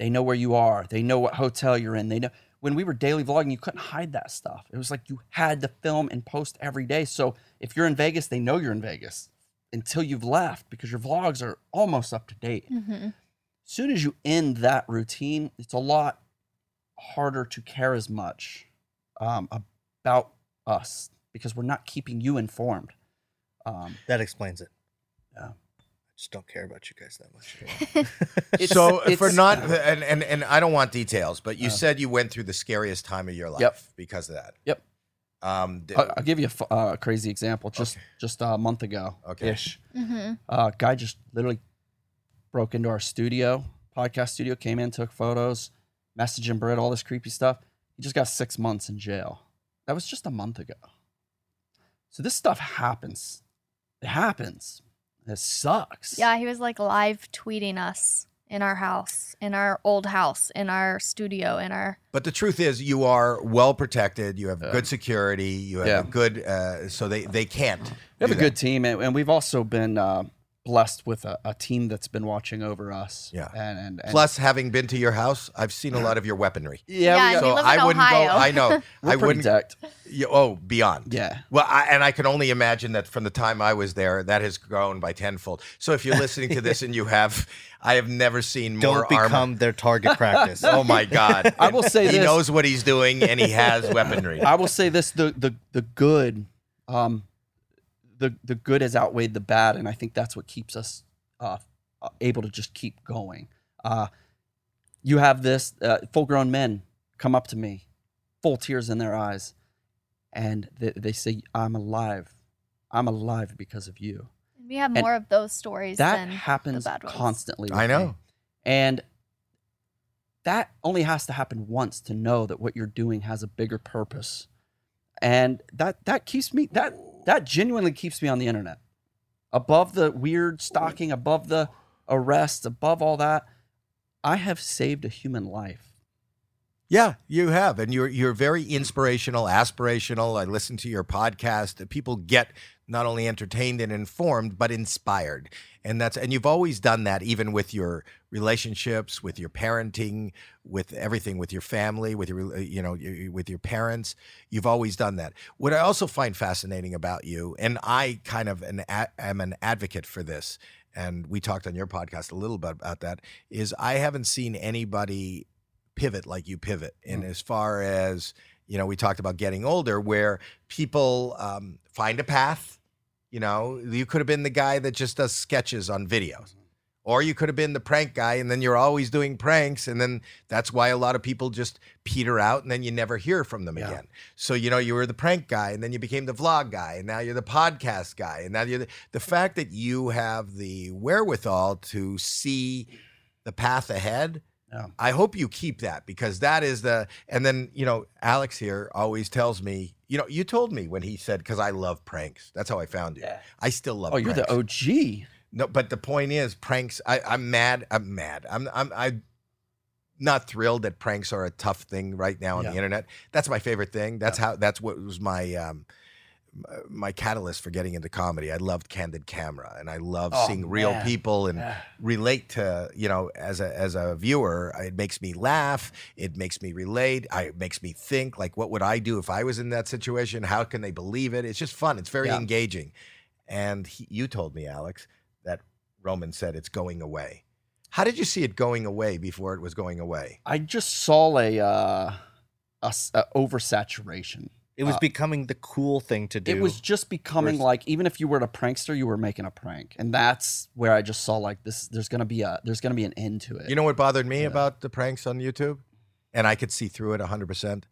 S1: they know where you are they know what hotel you're in they know when we were daily vlogging you couldn't hide that stuff it was like you had to film and post every day so if you're in vegas they know you're in vegas until you've left because your vlogs are almost up to date
S5: Mm-hmm.
S1: soon as you end that routine, it's a lot harder to care as much um, about us because we're not keeping you informed. Um,
S4: That explains it.
S1: Yeah.
S4: I just don't care about you guys that much.
S1: it's-
S2: so for
S1: it's-
S2: not and, and and I don't want details, but you
S1: Uh.
S2: said you went through the scariest time of your life
S1: Yep.
S2: because of that.
S1: Yep.
S2: Um, d-
S1: I- I'll give you a f- uh, crazy example. Just just a month ago,
S2: Okay.
S1: ish,
S5: Mm-hmm.
S1: uh, guy just literally broke into our studio, podcast studio, came in, took photos, messaging Britt, all this creepy stuff. He just got six months in jail. That was just a month ago. So this stuff happens. It happens. It sucks.
S5: Yeah, he was like live tweeting us in our house, in our old house, in our studio, in our
S2: but the truth is, you are well protected. You have good security. You have
S1: yeah.
S2: a good. Uh, so they they can't.
S1: We have
S2: do
S1: a
S2: that.
S1: good team, and, and we've also been uh, blessed with a, a team that's been watching over us.
S2: Yeah.
S1: And, and, and
S2: Plus, having been to your house, I've seen a lot of your weaponry.
S1: yeah,
S5: Yeah,
S1: we got,
S5: and you-
S2: So
S5: live in
S2: I wouldn't
S5: Ohio.
S2: go. I know.
S1: we're
S2: I
S1: pretty
S2: wouldn't.
S1: decked.
S2: you- oh, beyond.
S1: Yeah.
S2: Well, I, and I can only imagine that from the time I was there, that has grown by tenfold. So if you're listening to this and you have, I have never seen more
S4: Don't become
S2: armor.
S4: their target practice.
S2: Oh my God!
S1: I will say
S2: he
S1: this.
S2: knows what he's doing and he has weaponry.
S1: I will say this: the the the good, um, the the good has outweighed the bad, and I think that's what keeps us uh, uh, able to just keep going. Uh, you have this uh, full grown men come up to me, full tears in their eyes, and they, they say, "I'm alive, I'm alive because of you."
S5: We have
S1: And
S5: more of those stories
S1: That
S5: than
S1: happens
S5: the bad ones.
S1: constantly. with
S2: I know.
S1: me. And that only has to happen once to know that what you're doing has a bigger purpose. And that that keeps me that that genuinely keeps me on the internet. Above the weird stalking, above the arrests, above all that, I have saved a human life.
S2: Yeah, you have, and you're you're very inspirational, aspirational. I listen to your podcast. that People get not only entertained and informed, but inspired, and that's and you've always done that, even with your relationships, with your parenting, with everything, with your family, with your uh, you know you- with your parents. You've always done that. What I also find fascinating about you, and I kind of an a- am an advocate for this. And we talked on your podcast a little bit about that. Is I haven't seen anybody pivot like you pivot. And as far as, you know, we talked about getting older, where people um, find a path, you know, you could have been the guy that just does sketches on videos. Or you could have been the prank guy, and then you're always doing pranks, and then that's why a lot of people just peter out, and then you never hear from them
S1: Yeah.
S2: again. So you know you were the prank guy, and then you became the vlog guy, and now you're the podcast guy, and now you're the, the fact that you have the wherewithal to see the path ahead.
S1: Yeah.
S2: I hope you keep that because that is the and then you know Alex here always tells me you know you told me when he said because I love pranks that's how I found you I still love
S1: Oh, you're the
S2: pranks.
S1: OG.
S2: No, but the point is, pranks. I, I'm mad. I'm mad. I'm I'm I'm not thrilled that pranks are a tough thing right now on the
S1: Yeah.
S2: internet. That's my favorite thing. That's how. That's what was my um my- my catalyst for getting into comedy. I loved candid camera, and I love
S1: Oh,
S2: seeing real
S1: man.
S2: people and
S1: Yeah.
S2: relate to you know as a as a viewer. uh, It makes me laugh. It makes me relate. I, it makes me think. Like, what would I do if I was in that situation? How can they believe it? It's just fun. It's very
S1: Yeah.
S2: engaging. And he, you told me, Alex, that Roman said it's going away. How did you see it going away before it was going away?
S1: I just saw a uh, a s- a oversaturation.
S4: it was
S1: Uh,
S4: becoming the cool thing to do.
S1: It was just becoming
S4: Whereas-
S1: like even if you were a prankster, you were making a prank, and that's where I just saw like this. There's gonna be a there's gonna be an end to it.
S2: You know what bothered me
S1: Yeah.
S2: about the pranks on YouTube? And I could see through it 100%.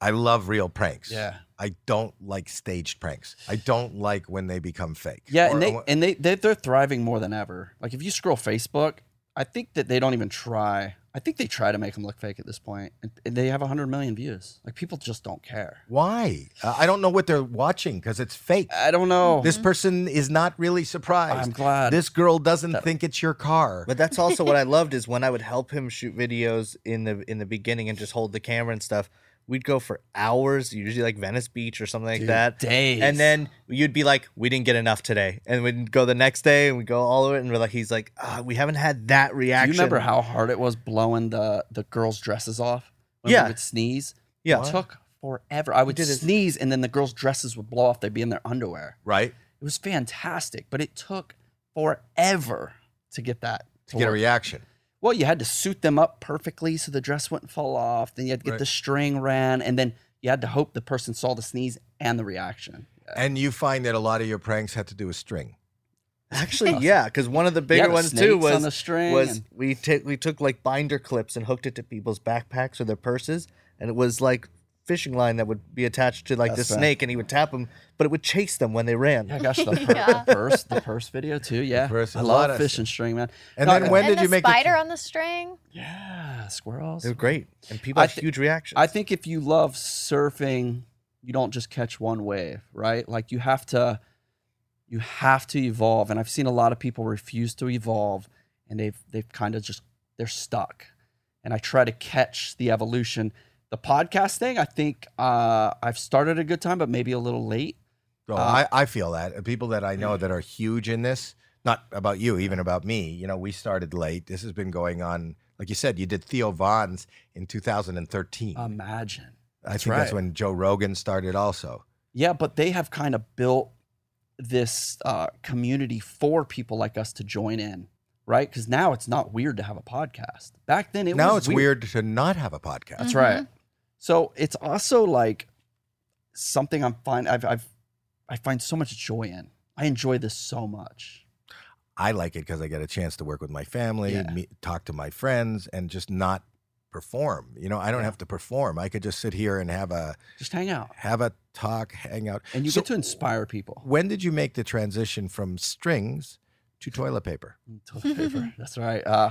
S2: I love real pranks.
S1: yeah,
S2: I don't like staged pranks. I don't like when they become fake.
S1: yeah,
S2: Or-
S1: and they
S2: or-
S1: and they, they they're thriving more than ever. Like if you scroll Facebook, I think that they don't even try. I think they try to make them look fake at this point, and, and they have 100 million views. Like people just don't care.
S2: why? Uh, I don't know what they're watching because it's fake.
S1: I don't know.
S2: This person is not really surprised.
S1: Mm-hmm. I'm glad.
S2: This girl doesn't think it's your car.
S4: But that's also what I loved is when I would help him shoot videos in the in the beginning and just hold the camera and stuff. We'd go for hours, usually like Venice Beach or something like
S1: Dude,
S4: that.
S1: days.
S4: And then you'd be like, "We didn't get enough today," and we'd go the next day and we would go all over it, and we're like, "He's like, ah, we haven't had that
S1: Do
S4: reaction."
S1: you remember how hard it was blowing the the girls' dresses off when
S4: Yeah.
S1: we would sneeze?
S4: Yeah.
S1: it took forever. I would
S4: did it-
S1: sneeze, and then the girls' dresses would blow off. They'd be in their underwear.
S2: Right?
S1: It was fantastic, but it took forever to get that.
S2: To get a
S1: work.
S2: reaction.
S1: Well, you had to suit them up perfectly so the dress wouldn't fall off. Then you had to get
S2: Right.
S1: the string ran, and then you had to hope the person saw the sneeze and the reaction.
S2: And you find that a lot of your pranks had to do with string.
S4: Actually, yeah, because one of the bigger
S1: Yeah, the
S4: ones too
S1: snakes
S4: was
S1: on the string
S4: was
S1: and-
S4: we took we took like binder clips and hooked it to people's backpacks or their purses, and it was like fishing line that would be attached to like
S1: That's
S4: the
S1: right.
S4: snake, and he would tap them, but it would chase them when they ran.
S1: Yeah, gosh, the, pur-
S5: Yeah.
S1: the purse, the purse video too. Yeah,
S2: purse,
S1: I
S2: a lot
S1: love
S2: of
S1: fishing string, man.
S2: And
S1: No,
S2: then
S1: I-
S2: when
S5: and
S2: did
S5: the
S2: you make the-
S5: spider on the string.
S1: Yeah, squirrels.
S4: They were great, and people
S1: I
S4: had
S1: thi-
S4: huge reactions.
S1: I think if you love surfing, you don't just catch one wave, right? Like you have to you have to evolve. And I've seen a lot of people refuse to evolve and they've they've kind of just they're stuck. And I try to catch the evolution. The podcast thing, I think uh, I've started a good time, but maybe a little late. Mm.
S2: Well, I, I feel that Uh, people that I know that are huge in this, not about you, even about me. You know, we started late. This has been going on. Like you said, you did Theo Vaughn's in 2013.
S1: Um, Imagine.
S2: I think that's
S3: right.
S2: when Joe Rogan started also.
S1: Yeah, but they have kind of built this uh, community for people like us to join in, right? Because now it's not weird to have a podcast. Back then, it
S2: now
S1: was
S2: it's weird. to not have a podcast.
S1: That's right. So it's also like something I'm find I've, I've I find so much joy in. I enjoy this so much.
S2: I like it because I get a chance to work with my family,
S1: Yeah.
S2: meet, talk to my friends, and just not perform. You know, I don't have to perform. I could just sit here and have a
S1: Just hang out,
S2: have a talk, hang out.
S1: and you
S2: So
S1: get to inspire people.
S2: When did you make the transition from strings to toilet paper?
S1: Toilet paper. That's right. Uh,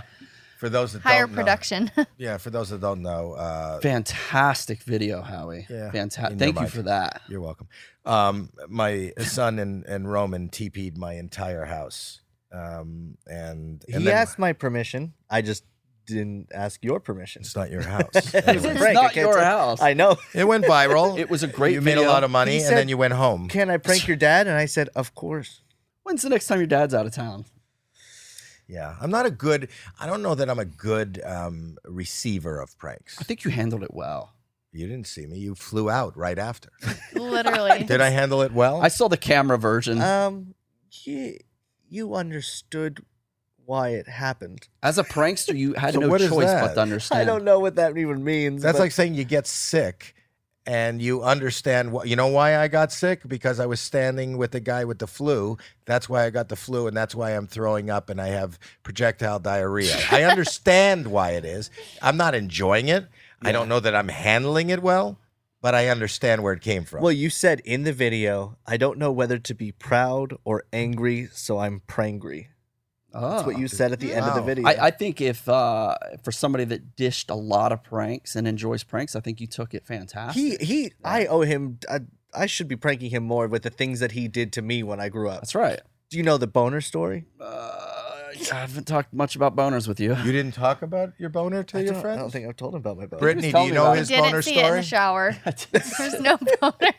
S2: For those that
S5: Higher
S2: don't know-
S5: production.
S2: yeah. For those that don't know, uh,
S1: fantastic video, Howie.
S2: Yeah, in
S1: Fantastic.
S2: your
S1: Thank you
S2: life.
S1: for that.
S2: you're welcome. Um, my son and, and Roman TP'd my entire house, um, and, and
S4: he
S2: then-
S4: asked my permission. I just didn't ask your permission.
S2: It's not your house. Anyway.
S1: It's
S4: Frank, I
S1: not
S4: can't
S1: your
S4: tell-
S1: house.
S4: I know.
S2: It went viral.
S1: It was a great
S2: You made
S1: video.
S2: a lot of money,
S4: He
S2: and
S4: said-
S2: then you went home.
S4: Can I prank your dad? And I said, Of course.
S1: When's the next time your dad's out of town?
S2: Yeah, I'm not a good. I don't know that I'm a good um, receiver of pranks.
S1: I think you handled it well.
S2: You didn't see me. You flew out right after.
S5: Literally.
S2: Did I handle it
S4: Oh.
S2: well?
S1: I saw the camera version.
S4: Um, you, you understood why it happened.
S1: As a prankster, you had
S2: So
S1: no
S2: what is
S1: choice but
S2: that?
S1: to understand.
S4: I don't know what that even means.
S2: That's
S4: but
S2: like saying you get sick, and you understand what. You know why I got sick? Because I was standing with the guy with the flu. That's why I got the flu, and that's why I'm throwing up, and I have projectile diarrhea. I understand why it is. I'm not enjoying it. I don't know that I'm handling it well, but I understand where it came from.
S4: Well, you said in the video, I don't know whether to be proud or angry, so I'm prangry. That's
S1: Oh.
S4: what you said at the end of the
S2: Wow.
S4: video.
S1: I, I think if uh, for somebody that dished a lot of pranks and enjoys pranks, I think you took it fantastic.
S4: he he I owe him I, I should be pranking him more with the things that he did to me when I grew up.
S1: That's right.
S4: Do you know the boner story?
S1: Uh, I haven't talked much about boners with you.
S2: You didn't talk about your boner to
S4: I
S2: your
S4: don't,
S2: friends?
S4: I don't think I've told him about my boner.
S2: Brittany, do
S1: telling
S2: you
S1: me
S2: know
S1: about
S2: his
S5: Didn't
S2: boner
S5: see
S2: story? Uh,
S5: it in the shower. There's no boner.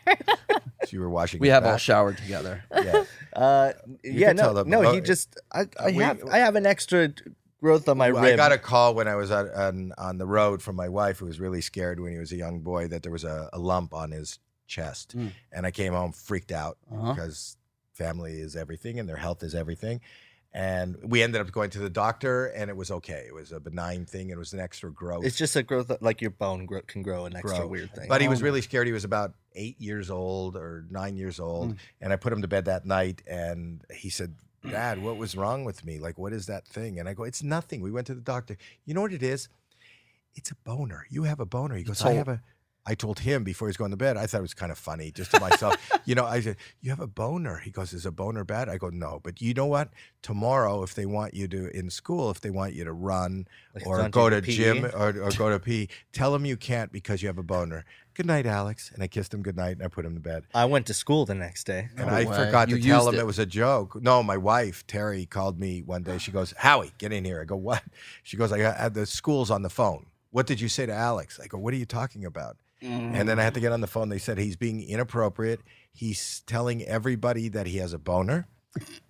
S2: You were washing.
S1: we
S2: it
S1: have all
S2: back.
S1: showered together.
S2: Yeah.
S4: Uh, yeah,
S2: can tell
S4: no,
S2: them
S4: no.
S2: about
S4: He
S2: it.
S4: just I, I
S2: We-
S4: have I have an extra growth on my
S2: Well,
S4: rib.
S2: I got a call when I was out on, on the road from my wife, who was really scared when he was a young boy that there was a, a lump on his chest,
S1: Mm.
S2: and I came home freaked out
S1: Uh-huh.
S2: because family is everything and their health is everything. And we ended up going to the doctor, and it was okay. It was a benign thing. It was an extra growth.
S4: It's just a growth like your bone grow, can grow an extra
S2: Grow.
S4: weird thing.
S2: But he was
S1: Oh.
S2: really scared. He was about eight years old or nine years old. And I put him to bed that night and he said, Dad, what was wrong with me? Like, what is that thing? And I go, It's nothing. We went to the doctor. You know what it is? It's a boner. You have a boner. He goes, I
S1: told-
S2: have a. I told him before he was going to bed. I thought it was kind of funny, just to myself. you know, I said, "You have a boner." He goes, "Is a boner bad?" I go, "No." But you know what? Tomorrow, if they want you to in school, if they want you to run
S4: Like
S2: or
S4: don't
S2: go
S4: do
S2: to
S4: PE?
S2: gym or, or go to pee, tell them you can't because you have a boner. Good night, Alex. And I kissed him good night and I put him to bed.
S4: I went to school the next day.
S2: And
S1: No
S2: I
S1: way.
S2: forgot
S1: You
S2: to tell
S1: used
S2: him it.
S1: it.
S2: was a joke. No, my wife, Terry, called me one day. She goes, Howie, get in here. I go, What? She goes, I got the school's on the phone. What did you say to Alex? I go, What are you talking about?
S1: Mm.
S2: And then I had to get on the phone. They said he's being inappropriate. He's telling everybody that he has a boner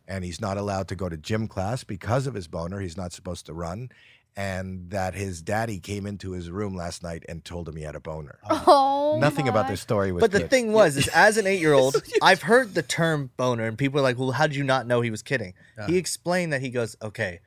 S2: and he's not allowed to go to gym class because of his boner. He's not supposed to run. And that his daddy came into his room last night and told him he had a boner.
S5: oh.
S2: Nothing about
S5: my
S2: this story was
S4: But the
S2: good.
S4: thing was, is as an eight-year-old, I've heard the term boner, and people are like, "Well, how did you not know he was kidding?"
S2: Uh-huh.
S4: He explained that he goes, "Okay,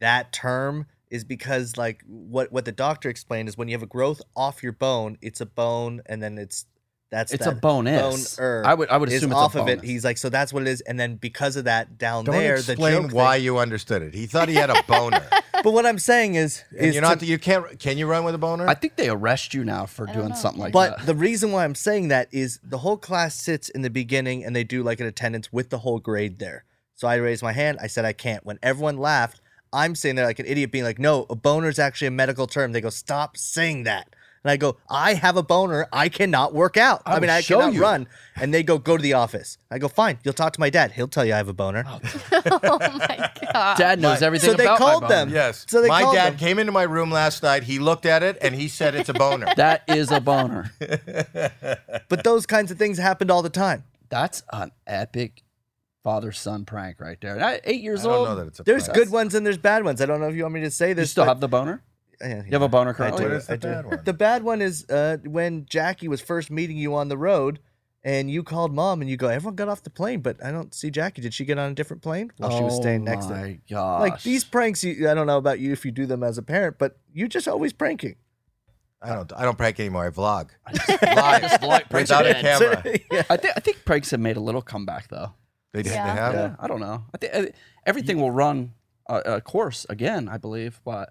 S4: that term is because like what what the doctor explained is when you have a growth off your bone, it's a bone, and then it's that's
S1: It's a
S4: that
S1: bonus.
S4: bone-er
S1: I would- I would
S4: is
S1: assume it's a
S4: off of it.
S1: bonus.
S4: He's like, so that's what it is, and then because of that, down
S2: Don't
S4: there, the
S2: explain
S4: joke
S2: why
S4: thing-
S2: you understood it. He thought he had a boner.
S4: But what I'm saying is,
S2: and
S4: is
S2: you're
S4: to-
S2: not. You can't. Can you run with a boner?
S1: I think they arrest you now for doing something like
S4: But
S1: that.
S4: the reason why I'm saying that is the whole class sits in the beginning and they do like an attendance with the whole grade there. So I raised my hand. I said I can't. When everyone laughed, I'm sitting there like an idiot, being like, "No, a boner is actually a medical term." They go, "Stop saying that." And I go, "I have a boner. I cannot work out. I,
S1: will
S4: mean, I
S1: show
S4: cannot
S1: you."
S4: run." And they go, "Go to the office." I go, "Fine. You'll talk to my dad. He'll tell you I have a boner."
S5: Oh my god.
S1: Dad knows everything
S4: so they
S1: about my
S4: called
S1: boner.
S4: them.
S2: yes.
S4: So they
S2: my
S4: called
S2: dad
S4: them.
S2: came into my room last night. He looked at it and he said it's a boner.
S1: That is a boner.
S4: But those kinds of things happened all the time.
S1: That's an epic father son prank right there. At eight years
S2: I don't
S1: old.
S2: know that it's a
S4: There's
S2: prank.
S4: good ones and there's bad ones. I don't know if you want me to say
S1: You
S4: this.
S1: still
S4: but-
S1: have the boner?
S4: Yeah, yeah.
S1: You have a boner
S4: I
S1: currently?
S4: do,
S2: What is the
S4: I do.
S2: bad one?
S4: The bad one is uh, when Jackie was first meeting you on the road and you called mom and you go, Everyone got off the plane, but I don't see Jackie. Did she get on a different plane? Well, she was staying next
S1: oh
S4: to him.
S1: my gosh.
S4: Like these pranks, you, I don't know about you if you do them as a parent, but you're just always pranking.
S2: I don't. I don't prank anymore. I vlog
S1: I
S2: live
S1: just like pranks.
S2: without a camera.
S4: yeah.
S1: I, thi- I think pranks have made a little comeback though.
S2: They didn't
S5: Yeah.
S2: have.
S1: Yeah, I don't know. I think uh, everything will run a, a course again, I believe. But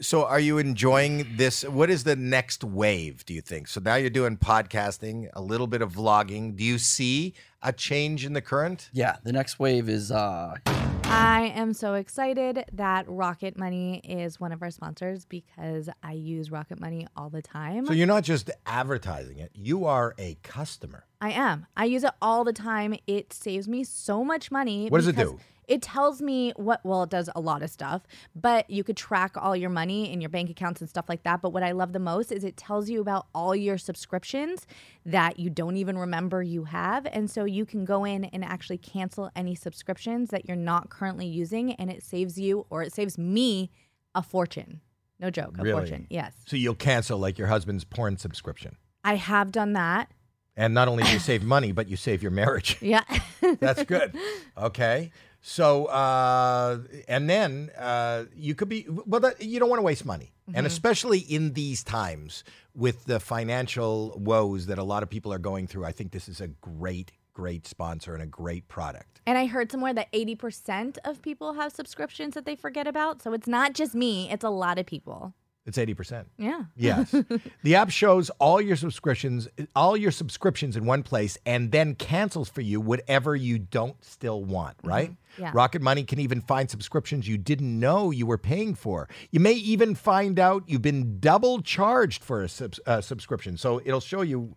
S2: So, are you enjoying this? What is the next wave? Do you think? So now you're doing podcasting, a little bit of vlogging. Do you see a change in the current?
S1: yeah, the next wave is uh,
S6: I am so excited that Rocket Money is one of our sponsors because I use Rocket Money all the time.
S2: So you're not just advertising it; you are a customer.
S6: I am. I use it all the time. It saves me so much money.
S2: What does it
S6: because
S2: do?
S6: It tells me what, well, it does a lot of stuff, but you could track all your money in your bank accounts and stuff like that. But what I love the most is it tells you about all your subscriptions that you don't even remember you have. And so you can go in and actually cancel any subscriptions that you're not currently using, and it saves you or it saves me a fortune. No joke, a
S2: Really?
S6: fortune. Yes.
S2: So you'll cancel like your husband's porn subscription,
S6: I have done that.
S2: and not only do you save money, but you save your marriage.
S6: Yeah.
S2: That's good. Okay. So, uh, and then uh, you could be, well, that, you don't want to waste money. And especially in these times with the financial woes that a lot of people are going through, I think this is a great, great sponsor and a great product.
S6: And I heard somewhere that 80% of people have subscriptions that they forget about. So it's not just me, it's a lot of people.
S2: It's 80%.
S6: Yeah.
S2: Yes. the app shows all your subscriptions, all your subscriptions in one place and then cancels for you whatever you don't still want, right?
S6: Mm-hmm. Yeah.
S2: Rocket Money can even find subscriptions you didn't know you were paying for. You may even find out you've been double charged for a subs- uh, subscription. So it'll show you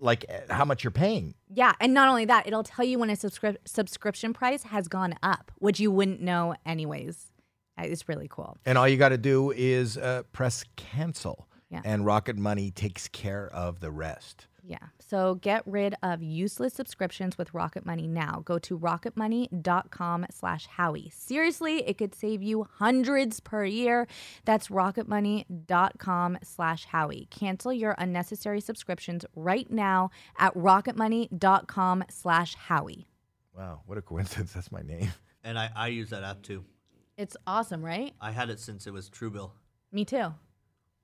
S2: like uh, how much you're paying.
S6: Yeah. And not only that, it'll tell you when a subscri- subscription price has gone up, which you wouldn't know anyways. Uh, It's really cool.
S2: And all you got to do is uh, press cancel
S6: Yeah.
S2: and Rocket Money takes care of the rest.
S6: Yeah. So get rid of useless subscriptions with Rocket Money now. Go to rocketmoney.com slash Howie. Seriously, it could save you hundreds per year. That's rocketmoney.com slash Howie. Cancel your unnecessary subscriptions right now at rocketmoney.com slash Howie.
S2: Wow, what a coincidence. That's my name.
S7: And I, I use that app too.
S6: It's awesome, right?
S7: I had it since it was Truebill.
S6: Me too.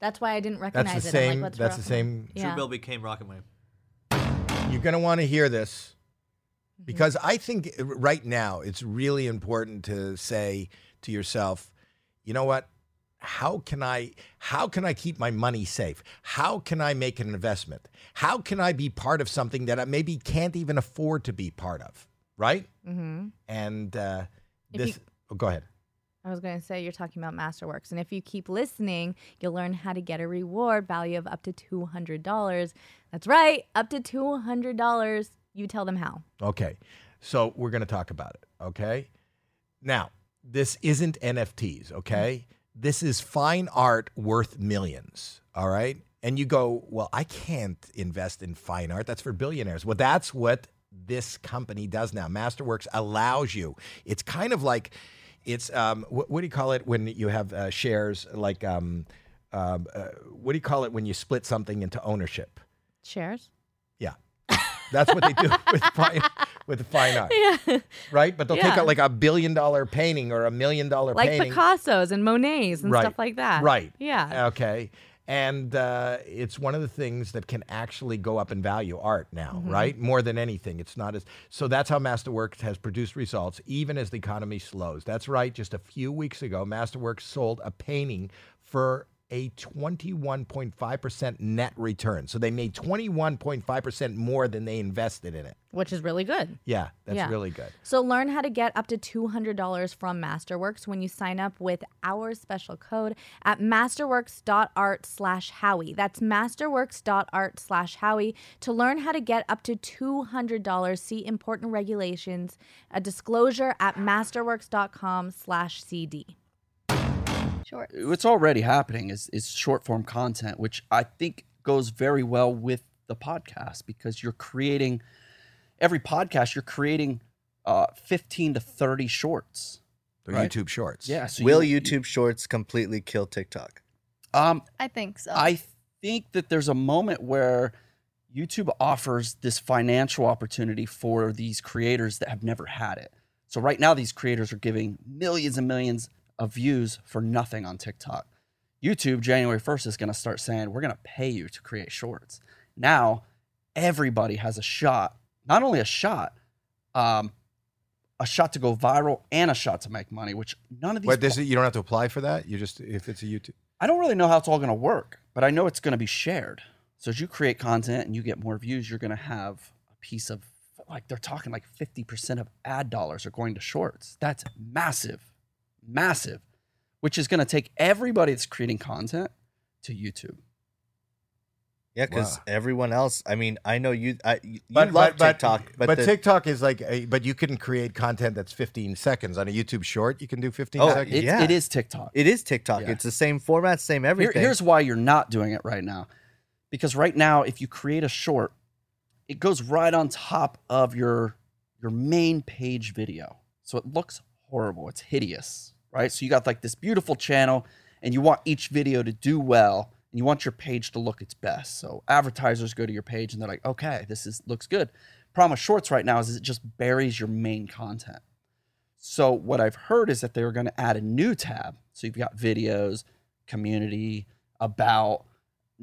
S6: That's why I didn't
S2: That's
S6: recognize
S2: the
S6: it. I'm
S2: same
S6: like, what's
S2: that's the
S6: Rocket Money?
S2: same
S6: Yeah.
S7: Truebill became Rocket Money.
S2: You're going to want to hear this
S6: Mm-hmm.
S2: because I think r- right now it's really important to say to yourself, you know what? How can I how can I keep my money safe? How can I make an investment? How can I be part of something that I maybe can't even afford to be part of, right?
S6: Mhm.
S2: And uh,
S6: If
S2: this
S6: you-
S2: oh, go ahead.
S6: I was going to say you're talking about Masterworks, and if you keep listening, you'll learn how to get a reward value of up to two hundred dollars. That's right, up to two hundred dollars. You tell them how.
S2: Okay. So we're going to talk about it. Okay. Now, this isn't NFTs. Okay. This is fine art worth millions. All right. And you go, well, I can't invest in fine art. That's for billionaires. Well, that's what this company does now. Masterworks allows you. It's kind of like, it's um, what, what do you call it when you have uh, shares? Like, um, um, uh, what do you call it when you split something into ownership?
S6: Shares.
S2: Yeah. That's what they do with fine with fine art. Right? But they'll take
S6: Yeah.
S2: out like a billion dollar painting or a million dollar
S6: Like
S2: painting.
S6: Picasso's and Monet's and stuff like that.
S2: Right. Uh,
S6: Yeah.
S2: Okay. And uh, it's one of the things that can actually go up in value art now,
S6: Mm-hmm.
S2: right? More than anything. It's not as so that's how Masterworks has produced results even as the economy slows. That's right. Just a few weeks ago, Masterworks sold a painting for a 21.5% net return. So they made 21.5% more than they invested in it.
S6: Which is really good.
S2: Yeah, that's
S6: Yeah.
S2: really good.
S6: So learn how to get up to $200 from Masterworks when you sign up with our special code at masterworks.art slash Howie. That's masterworks.art slash Howie. To learn how to get up to $200, see important regulations, a disclosure at masterworks.com slash CD.
S5: Short.
S1: what's already happening is is short form content, which I think goes very well with the podcast because you're creating every podcast. You're creating uh, 15 to 30 shorts.
S2: They're
S1: Right.
S2: YouTube Shorts.
S1: Yeah. So
S4: Will
S1: you-
S4: YouTube Shorts completely kill TikTok?
S1: Um,
S5: I think so.
S1: I think that there's a moment where YouTube offers this financial opportunity for these creators that have never had it. So right now, these creators are giving millions and millions of views for nothing on TikTok. YouTube, January 1st, is going to start saying, we're going to pay you to create shorts. Now, everybody has a shot, not only a shot, um, a shot to go viral and a shot to make money, which none of these
S2: Wait, this is, you don't have to apply for that. You just if it's a YouTube.
S1: I don't really know how it's all going to work, but I know it's going to be shared. So as you create content and you get more views, you're going to have a piece of like they're talking like 50% of ad dollars are going to shorts. That's massive. Massive. Which is going to take everybody that's creating content to YouTube.
S4: Yeah, because
S2: Wow.
S4: everyone else. I mean, I know you. I you love TikTok, but, the,
S2: TikTok is like, a, but you can create content that's 15 seconds on a YouTube short. You can do 15
S4: Oh,
S2: seconds.
S1: It,
S4: Yeah.
S1: it is TikTok.
S4: it is TikTok.
S1: Yeah.
S4: It's the same format, same
S1: Here-
S4: everything.
S1: here's why you're not doing it right now. Because right now, if you create a short, it goes right on top of your your main page video. So it looks horrible. It's hideous, right? So you got like this beautiful channel and you want each video to do well and you want your page to look its best. So advertisers go to your page and they're like, "Okay, this is looks good." Problem with shorts right now is it just buries your main content. So what I've heard is that they were going to add a new tab. So you've got videos, community, about.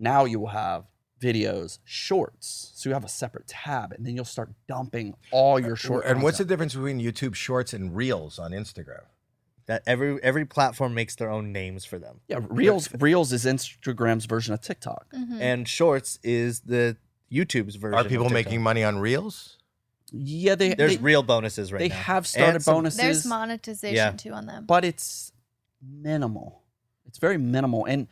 S1: Now you will have videos, shorts. So you have a separate tab, and then you'll start dumping all your short.
S2: and what's the
S1: content.
S2: difference between YouTube Shorts and Reels on Instagram?
S4: that every every platform makes their own names for them.
S1: Yeah, Reels. Reels is Instagram's version of TikTok.
S5: Mhm.
S4: And Shorts is the YouTube's version.
S2: Are
S4: of
S2: people
S4: TikTok.
S2: making money on Reels?
S1: Yeah, they they,
S4: There's real bonuses right
S1: they
S4: now.
S1: have
S4: And
S1: started
S4: some-
S1: bonuses.
S5: There's monetization
S4: Yeah.
S5: too on them.
S1: but it's minimal. It's very minimal, and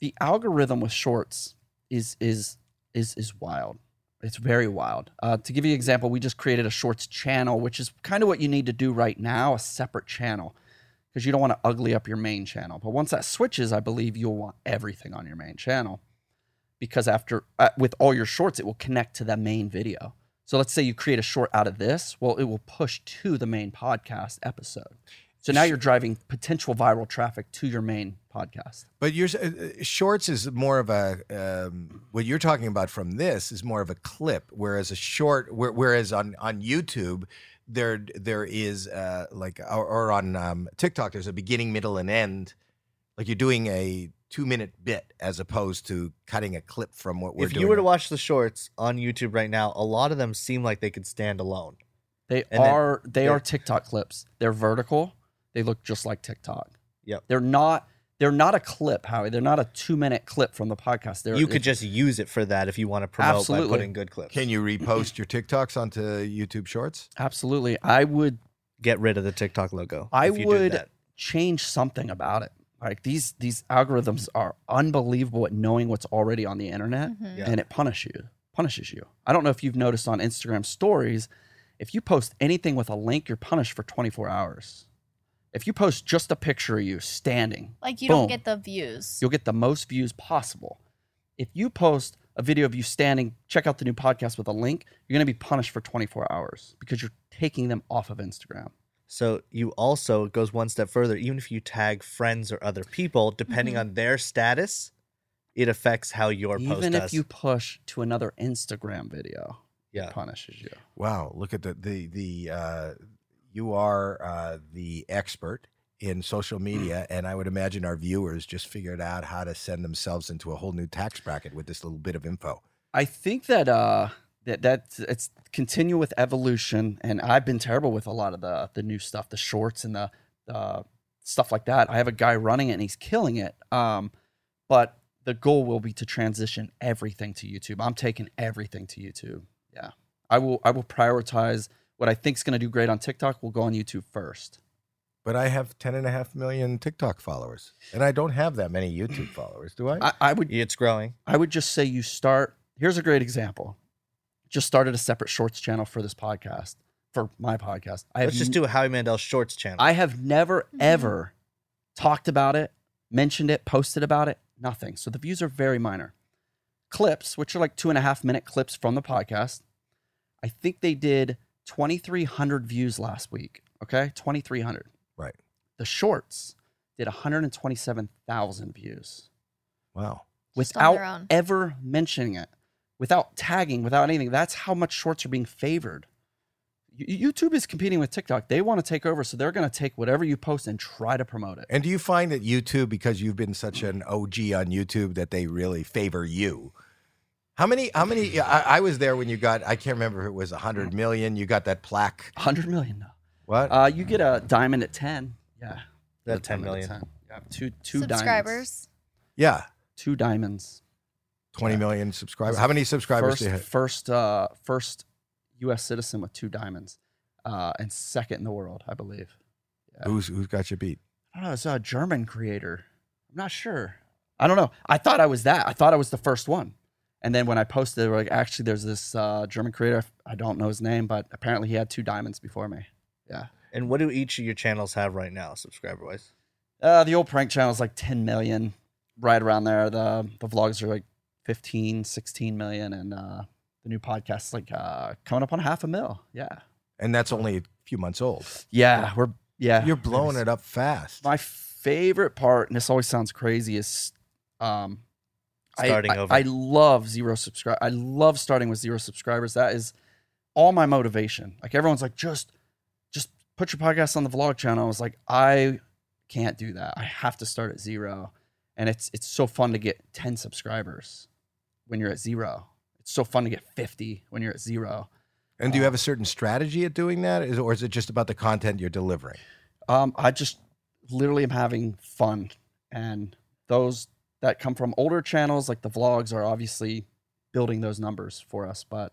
S1: the algorithm with shorts is is is is wild. It's very wild. Uh, to give you an example, we just created a shorts channel, which is kind of what you need to do right now—a separate channel, because you don't want to ugly up your main channel. But once that switches, I believe you'll want everything on your main channel, because after uh, with all your shorts, it will connect to that main video. So let's say you create a short out of this. Well, it will push to the main podcast episode. So now you're driving potential viral traffic to your main podcast.
S2: But your uh, Shorts is more of a um, what you're talking about from this is more of a clip, whereas a short, where, whereas on on YouTube there there is uh, like or, or on um, TikTok there's a beginning, middle, and end. Like you're doing a two minute bit as opposed to cutting a clip from what we're
S4: if
S2: doing.
S4: you were to watch the shorts on YouTube right now, a lot of them seem like they could stand alone.
S1: They
S4: And then-
S1: are they
S4: yeah.
S1: are TikTok clips. They're vertical. They look just like TikTok.
S4: Yep.
S1: They're not they're not a clip, Howie. They're not a two minute clip from the podcast. They're
S4: you could
S1: it's-
S4: just use it for that if you want to promote
S1: Absolutely.
S4: by putting good clips.
S2: Can you repost your TikToks onto YouTube Shorts?
S1: absolutely. I would
S4: get rid of the TikTok logo?
S1: I
S4: if you did
S1: would
S4: that.
S1: change something about it. Like these these algorithms are unbelievable at knowing what's already on the internet.
S5: Mhm.
S4: Yeah.
S1: and it punishes you. Punishes you. I don't know if you've noticed on Instagram stories, if you post anything with a link, you're punished for 24 hours. If you post just a picture of you standing,
S5: Like you
S1: Boom.
S5: don't get the views.
S1: you'll get the most views possible. If you post a video of you standing, check out the new podcast with a link, you're going to be punished for 24 hours because you're taking them off of Instagram.
S4: So you also it goes one step further. Even if you tag friends or other people, depending
S5: Mhm.
S4: on their status, it affects how your post
S1: Mm-hmm. Even if
S4: does.
S1: you push to another Instagram video,
S4: yeah.
S1: it punishes you.
S2: Wow, look at the the the uh, you are uh, the expert in social
S1: Hmm.
S2: media, and I would imagine our viewers just figured out how to send themselves into a whole new tax bracket with this little bit of info.
S1: I think that uh that that's it's continue with evolution, and I've been terrible with a lot of the the new stuff, the shorts and the uh, stuff like that. I have a guy running it, and he's killing it. Um, but the goal will be to transition everything to YouTube. I'm taking everything to YouTube. Yeah, I will. I will prioritize what I think's going to do great on TikTok. Will go on YouTube first.
S2: But I have 10 and a half million TikTok followers, and I don't have that many YouTube followers, do I?
S1: I, I would
S4: It's growing.
S1: I would just say you start. Here's a great example. Just started a separate shorts channel for this podcast, for my podcast. I have
S4: Let's just do a Howie Mandel Shorts channel.
S1: I have never ever talked about it, mentioned it, posted about it, nothing. So the views are very minor. Clips, which are like two and a half minute clips from the podcast, I think they did 2,300 views last week. Okay, 2,300.
S2: Right.
S1: The shorts did 127,000 views
S2: Wow.
S5: Just on their
S1: without
S5: own.
S1: ever mentioning it, without tagging, without anything. That's how much shorts are being favored. Y- YouTube is competing with TikTok. They want to take over, so they're going to take whatever you post and try to promote it.
S2: And do you find that YouTube, because you've been such an OG on YouTube, that they really favor you? How many? How many? I, I was there when you got. I can't remember if it was hundred million. You got that plaque.
S1: 100 million now.
S2: What?
S1: Mm. Uh, you get a diamond at 10. Yeah.
S4: That
S1: A
S4: 10
S1: diamond at
S4: million.
S1: 10. Yeah, two two Diamonds.
S5: subscribers.
S2: yeah,
S1: Two diamonds.
S2: twenty million subscribers. How many subscribers
S1: First,
S2: do you have?
S1: first, uh, first U.S. citizen with two diamonds, uh, and second in the world, I believe. yeah.
S2: Who's who's got you beat?
S1: I don't know. It's a German creator. I'm not sure. I don't know. I thought I was that. I thought I was the first one. And then when I posted, they were like, actually, there's this uh, German creator. I don't know his name, but apparently he had two diamonds before me. Yeah.
S4: And what do each of your channels have right now, subscriber wise?
S1: Uh, the old prank channel is like 10 million, right around there. The the vlogs are like 15, 16 million, and uh, the new podcast is like uh, coming up on half a mil. Yeah,
S2: And that's only a few months old.
S1: yeah, we're yeah.
S2: You're blowing it up fast.
S1: My favorite part, and this always sounds crazy, is um, I-
S4: Starting
S1: I,
S4: over.
S1: I love zero subscribe. I love starting with zero subscribers. That is all my motivation. Like everyone's like, just just put your podcast on the vlog channel. I was like, I can't do that. I have to start at zero. And it's it's so fun to get 10 subscribers when you're at zero. It's so fun to get 50 when you're at zero.
S2: And do you have a certain strategy at doing that, Is- or is it just about the content you're delivering?
S1: Um, I just literally am having fun, and those that come from older channels like the vlogs are obviously building those numbers for us. But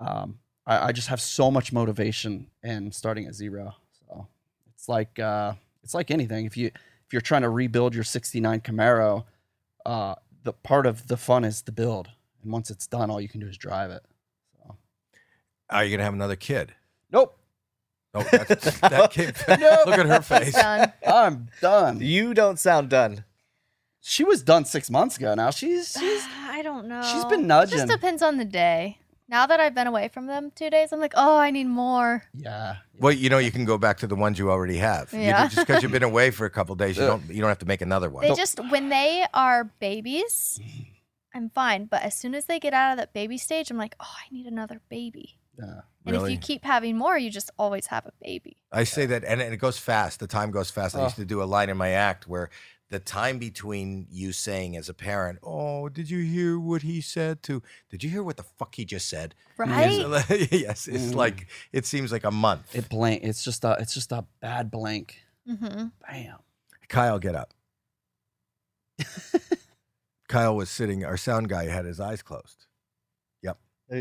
S1: um, I, I just have so much motivation and starting at zero. So it's like uh, it's like anything. If you if you're trying to rebuild your '69 Camaro, uh, the part of the fun is the build, and once it's done, all you can do is drive it. So
S2: Are you gonna have another kid?
S1: nope,
S2: Oh, that's, that kid. Look at her face.
S5: Done.
S1: I'm done.
S4: You don't sound done.
S1: She was done six months ago. Now she's she's
S5: I don't know.
S1: She's been
S5: It
S1: nudging.
S5: just depends on the day. Now that I've been away from them two days, I'm like, oh, I need more.
S1: Yeah.
S2: Well, you know, you can go back to the ones you already have. You-
S5: Yeah.
S2: just because you've been away for a couple of days, you
S1: Ugh.
S2: don't you don't have to make another one.
S5: They just when they are babies, I'm fine. But as soon as they get out of that baby stage, I'm like, oh, I need another baby.
S1: Yeah.
S5: And if
S2: Really?
S5: you keep having more, you just always have a baby.
S2: I say that, and, and it goes fast. The time goes fast. I used
S1: Ugh.
S2: to do a line in my act where the time between you saying as a parent, "Oh, did you hear what he said?" to "Did you hear what the fuck he just said?"
S5: Right?
S2: yes, it's
S1: Mm.
S2: like it seems like a month.
S1: It blank. It's just a. It's just a bad blank.
S5: Mm-hmm.
S1: Bam.
S2: Kyle, get up. Kyle was sitting. Our sound guy had his eyes closed.
S4: Uh,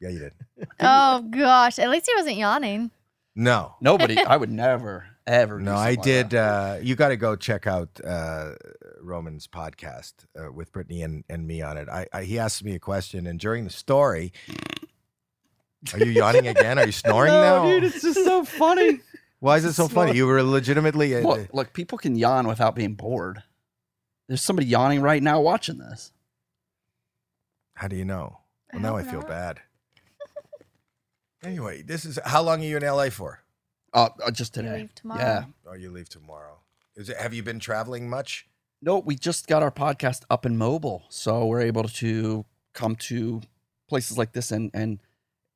S2: Yeah, you did.
S5: Oh gosh. At least he wasn't yawning.
S2: No,
S1: Nobody. I would never ever. do
S2: No, I
S1: something like
S2: did.
S1: that.
S2: Uh, you got to go check out uh, Roman's podcast uh, with Brittany and, and me on it. I, I he asked me a question, and during the story, are you yawning again? Are you snoring
S1: no,
S2: now?
S1: dude. It's just so funny.
S2: Why is it so funny? You were legitimately. uh,
S1: look, look. People can yawn without being bored. There's somebody yawning right now watching this.
S2: how do you know?
S5: I
S2: Well, now I
S5: hope
S2: feel
S5: not.
S2: bad. Anyway, this is how long are you in LA for?
S1: Uh, uh, just
S5: You
S1: today.
S5: leave tomorrow.
S1: Yeah.
S2: Oh, you leave tomorrow. Is it, have you been traveling much?
S1: No, we just got our podcast up and mobile, so we're able to come to places like this and and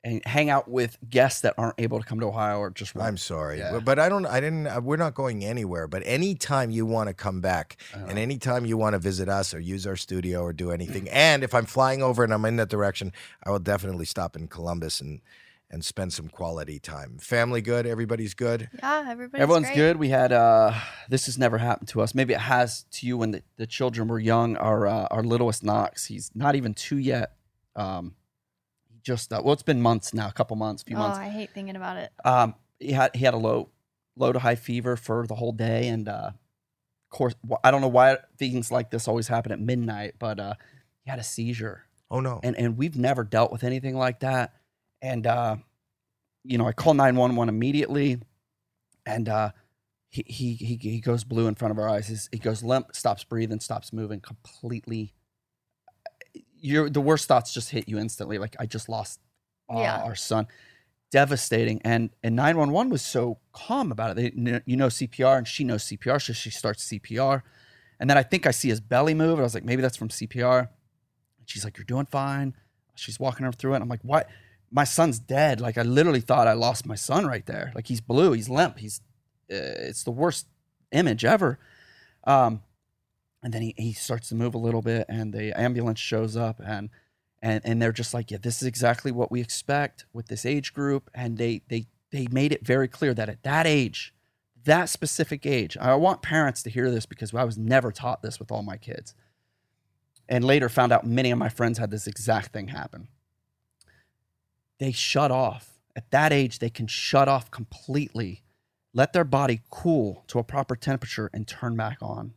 S1: and hang out with guests that aren't able to come to Ohio or just.
S2: I'm sorry,
S1: Yeah.
S2: but- but I don't. I didn't. uh, We're not going anywhere. But anytime you want to come back,
S1: I don't
S2: and
S1: know.
S2: anytime you want to visit us or use our studio or do anything, and if I'm flying over and I'm in that direction, I will definitely stop in Columbus and and spend some quality time. Family good. Everybody's good.
S5: Yeah, everybody's
S1: Everyone's
S5: great.
S1: good. We had uh, this has never happened to us. Maybe it has to you when the, the children were young. Our uh, our littlest Knox, he's not even two yet. Um, he just uh, well, it's been months now, a couple months, few
S5: Oh,
S1: months.
S5: I hate thinking about it.
S1: Um, he had he had a low low to high fever for the whole day, and uh, of course, wh- I don't know why things like this always happen at midnight, but uh, he had a seizure
S2: Oh no.
S1: and and we've never dealt with anything like that. And uh, you know, I call nine one one immediately, and uh, he he he he goes blue in front of our eyes. He's, he goes limp, stops breathing, stops moving, completely. Your the worst thoughts just hit you instantly. Like I just lost uh,
S5: Yeah.
S1: our son. devastating. And and 911 was so calm about it. They, kn- you know CPR, and she knows CPR, so she starts CPR. And then I think I see his belly move, and I was like, maybe that's from CPR. And she's like, "You're doing fine." She's walking her through it. I'm like, "What? My son's dead." Like I literally thought I lost my son right there. Like he's blue, he's limp, he's. Uh, it's the worst image ever. Um, and then he, he starts to move a little bit, and the ambulance shows up, and and and they're just like, yeah, this is exactly what we expect with this age group, and they they they made it very clear that at that age, that specific age, I want parents to hear this because I was never taught this with all my kids and later found out many of my friends had this exact thing happen. They shut off. At that age, they can shut off completely, let their body cool to a proper temperature, and turn back on.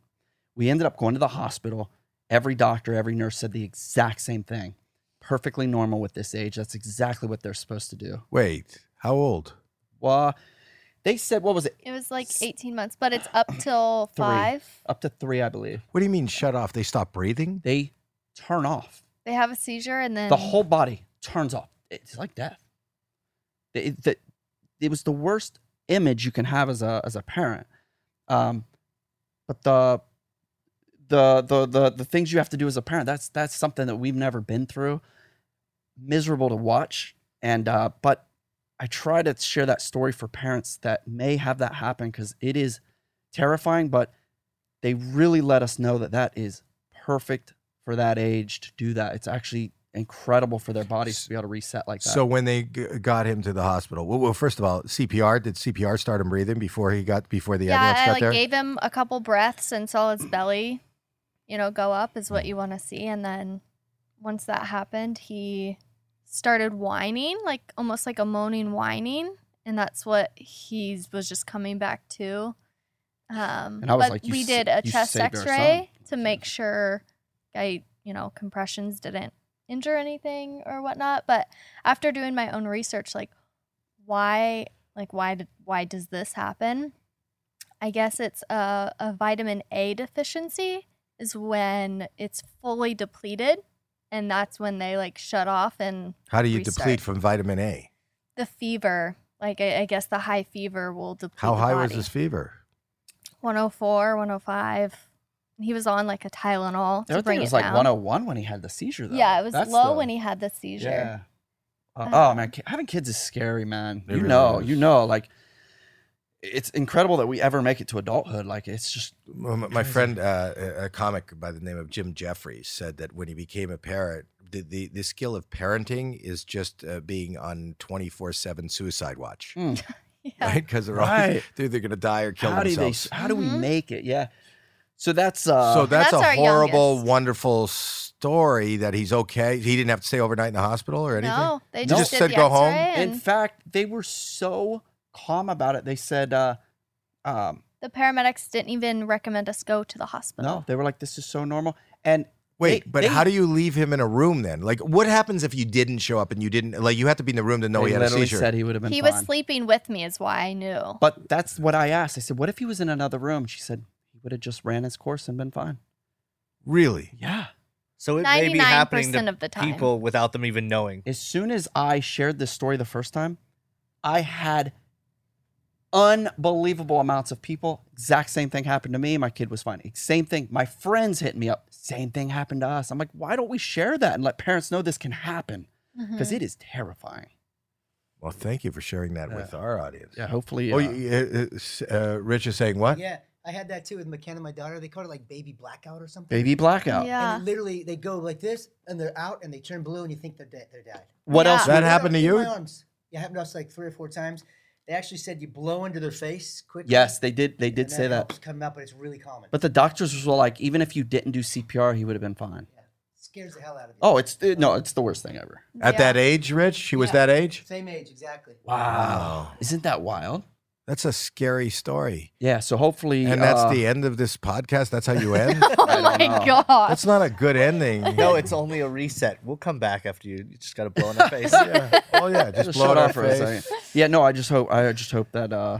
S1: We ended up going to the hospital. Every doctor, every nurse said the exact same thing. Perfectly normal with this age. That's exactly what they're supposed to do.
S2: Wait, how old?
S1: Well, they said, what was it?
S5: It was like 18 months, but it's up till
S1: Three.
S5: five.
S1: Up to three, I believe.
S2: What do you mean shut off? They stop breathing?
S1: They turn off.
S5: They have a seizure and then
S1: the whole body turns off. It's like death. It, it- that- it was the worst image you can have as a as a parent. Um, but the the the the the things you have to do as a parent that's that's something that we've never been through. Miserable to watch, and uh, but I try to share that story for parents that may have that happen because it is terrifying. But they really let us know that that is perfect for that age to do that. It's actually incredible for their bodies to be able to reset like that.
S2: So when they g- got him to the hospital, well, well, first of all, CPR did CPR start him breathing before he got before the
S5: yeah,
S2: ambulance
S5: I
S2: got
S5: like
S2: there?
S5: gave him a couple breaths and saw his belly, you know, go up is
S1: Mm.
S5: what you want to see. And then once that happened, he started whining, like almost like a moaning whining, and that's what he was just coming back to. Um,
S1: And I was
S5: but
S1: like, you
S5: we
S1: s-
S5: did a
S1: you
S5: chest
S1: saved our
S5: X-ray
S1: son.
S5: to make sure I, you know, compressions didn't injure anything or whatnot. But after doing my own research, like why, like why did why does this happen? I guess it's a, a vitamin A deficiency is when it's fully depleted, and that's when they like shut off and
S2: How do you
S5: restart.
S2: deplete from vitamin A?
S5: the fever. Like I, I guess the high fever will deplete.
S2: How
S5: the
S2: high was
S5: body.
S2: his fever?
S5: 104, 105. He was on like a Tylenol
S1: I
S5: to
S1: think
S5: bring
S1: it was
S5: it
S1: like
S5: down.
S1: 101 when he had the seizure. Though.
S5: yeah, it was
S1: That's
S5: low
S1: the-
S5: when he had the seizure.
S1: Yeah. Uh, oh
S5: Um,
S1: man, ki- having kids is scary, man.
S2: It
S1: you
S2: really
S1: know,
S2: is.
S1: you know, like it's incredible that we ever make it to adulthood. Like it's just
S2: Well, My my friend, uh, a a comic by the name of Jim Jeffries, said that when he became a parent, the, the, the skill of parenting is just uh, being on 24 7 suicide watch.
S1: Mm.
S5: Yeah.
S2: Right? Because they're, always
S1: Right.
S2: they're either going to die or kill
S1: how do they?
S2: themselves.
S1: How do we
S5: Mhm.
S1: make it? Yeah. So that's uh.
S2: so
S1: So
S2: that's,
S5: that's our
S2: a horrible,
S5: youngest.
S2: wonderful story that he's okay. He didn't have to stay overnight in the hospital or anything.
S5: No,
S1: No.
S5: they just,
S1: Just
S5: did
S2: said
S5: the
S2: go home?
S5: X-ray
S1: in
S5: and
S1: fact, they were so calm about it. They said, uh, um,
S5: the paramedics didn't even recommend us go to the hospital.
S1: no, they were like, this is so normal. And
S2: Wait,
S1: They-
S2: but
S1: they-
S2: how do you leave him in a room then? Like, what happens if you didn't show up and you didn't? Like, you have to be in the room to know
S1: they
S2: he had a
S1: literally
S2: seizure.
S1: said he would have been.
S5: He
S1: fine.
S5: was sleeping with me is why I knew.
S1: But that's what I asked. I said, what if he was in another room? She said he would have just ran his course and been fine.
S2: really?
S1: Yeah.
S4: So it may be happening
S5: 99%
S4: to
S5: of the time.
S4: people without them even knowing.
S1: as soon as I shared this story the first time, I had unbelievable amounts of people. Exact same thing happened to me. My kid was fine. Same thing. My friends hit me up. Same thing happened to us. I'm like, why don't we share that and let parents know this can happen? Because
S5: Mhm.
S1: is terrifying.
S2: Well, thank you for sharing that with our audience.
S1: Yeah. Hopefully.
S2: Oh,
S1: uh,
S2: you- uh, uh, s- uh, Rich is saying what?
S8: Yeah, I had that too with McKenna, my daughter. They called it like baby blackout or something.
S1: baby blackout.
S5: yeah.
S8: And literally, they go like this, and they're out, and they turn blue, and you think they're dead. They're dead.
S1: What
S5: Yeah.
S1: else?
S2: That
S8: No,
S2: happened to
S8: in
S2: you?
S8: My arms. It happened to us like three or four times. They actually said you blow into their face quickly.
S1: Yes, they did. They
S8: and
S1: did say that.
S8: helps Come up, but it's really common.
S1: But the doctors were like, even if you didn't do CPR, he would have been fine.
S8: scares the hell out of you.
S1: Oh, it's it, no, it's the worst thing ever.
S2: At
S5: Yeah.
S2: that age, Rich? She was
S8: Yeah.
S2: that age? Oh,
S8: Same age, exactly.
S1: Wow, isn't that wild?
S2: That's a scary story.
S1: Yeah. So hopefully,
S2: And that's
S1: uh,
S2: the end of this podcast. That's how you end?
S5: oh my
S1: know.
S5: god.
S2: that's not a good ending.
S4: No, it's only a reset. We'll come back after you. You just got to blow in our face.
S2: Yeah. Oh, yeah. Just,
S1: just
S2: blow
S1: shut
S2: it
S1: off
S2: off
S1: for a second. Yeah, no, I just hope I just hope that uh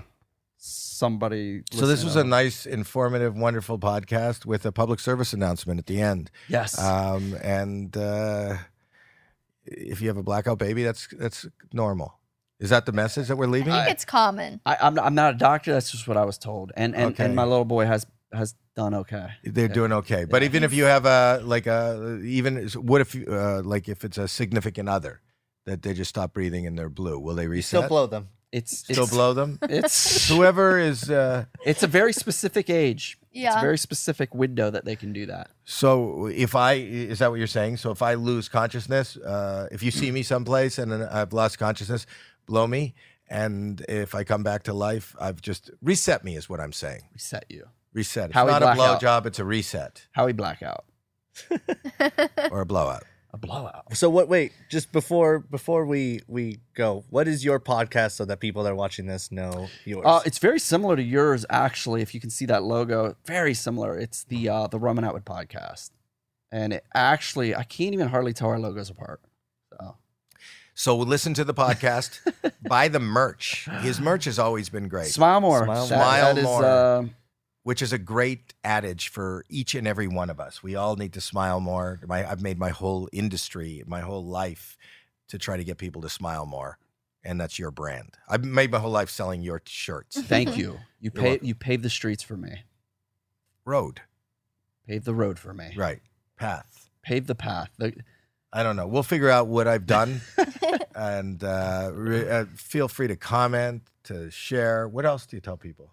S1: somebody.
S2: So this
S1: listening
S2: was a
S1: out-
S2: nice, informative, wonderful podcast with a public service announcement at the end.
S1: yes.
S2: Um, and uh, if you have a blackout baby, that's that's normal. Is that the message that we're leaving?
S5: I think it's common.
S1: I, I'm, I'm not a doctor. That's just what I was told. And and,
S2: Okay.
S1: and my little boy has has done okay.
S2: They're doing okay, but even if you have a like a even what if you, uh, like if it's a significant other that they just stop breathing and they're blue, will they reset?
S4: Still blow them.
S1: It's
S2: Still
S1: it's,
S2: blow them.
S1: It's
S2: Whoever is uh,
S1: it's a very specific age. It's
S5: Yeah.
S1: a very specific window that they can do that.
S2: so if I is that what you're saying? So if I lose consciousness, uh, if you see me someplace and then I've lost consciousness, blow me, and if I come back to life, I've just reset me is what I'm saying.
S1: Reset you.
S2: Reset. It's
S1: How we
S2: not a
S1: black
S2: blow
S1: out.
S2: job. It's a reset
S1: Howie blackout.
S2: or a blowout.
S1: A blowout.
S4: So what? Wait, just before before we we go, what is your podcast so that people that are watching this know yours?
S1: Uh, it's very similar to yours, actually. If you can see that logo, very similar. It's the uh, the Rum and Atwood podcast, and it actually I can't even hardly tell our logos apart. So
S2: So listen to the podcast, buy the merch. His merch has always been great.
S1: smile more,
S4: Smile
S1: That-
S2: more.
S1: that is,
S2: Smile more.
S1: um,
S2: which is a great adage for each and every one of us. We all need to smile more. My, I've made my whole industry, my whole life, to try to get people to smile more, and that's your brand. I've made my whole life selling your shirts.
S1: thank you. You
S2: You're
S1: pave
S2: welcome.
S1: you paved the streets for me.
S2: Road,
S1: Paved the road for me.
S2: right? Path.
S1: Paved the path. The-
S2: I don't know. We'll figure out what I've done, and uh, re- uh, feel free to comment, to share. What else do you tell people?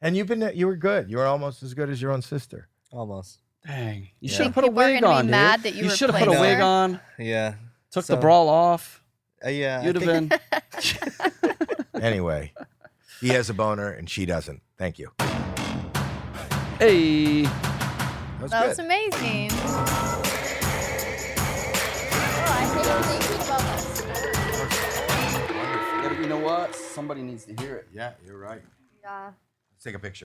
S2: And you've been, you were good. You were almost as good as your own sister.
S4: Almost.
S1: dang, you
S4: Yeah.
S1: should have
S5: Think
S1: put a
S5: people are
S1: wig
S5: gonna be
S1: on. dude.
S5: mad that you
S1: should have put a
S4: replaced
S1: wig
S5: her?
S1: on.
S4: Yeah.
S1: Took
S4: So-
S1: the brawl off.
S4: Uh, yeah. I
S1: You'd have
S4: think-
S1: been.
S2: Anyway, he has a boner and she doesn't. Thank you.
S1: Hey.
S2: That was
S5: That
S2: good.
S5: was amazing. Oh,
S1: Yeah, but you know what? Somebody needs to hear it.
S2: Yeah, you're right.
S5: Yeah.
S2: Let's take a picture.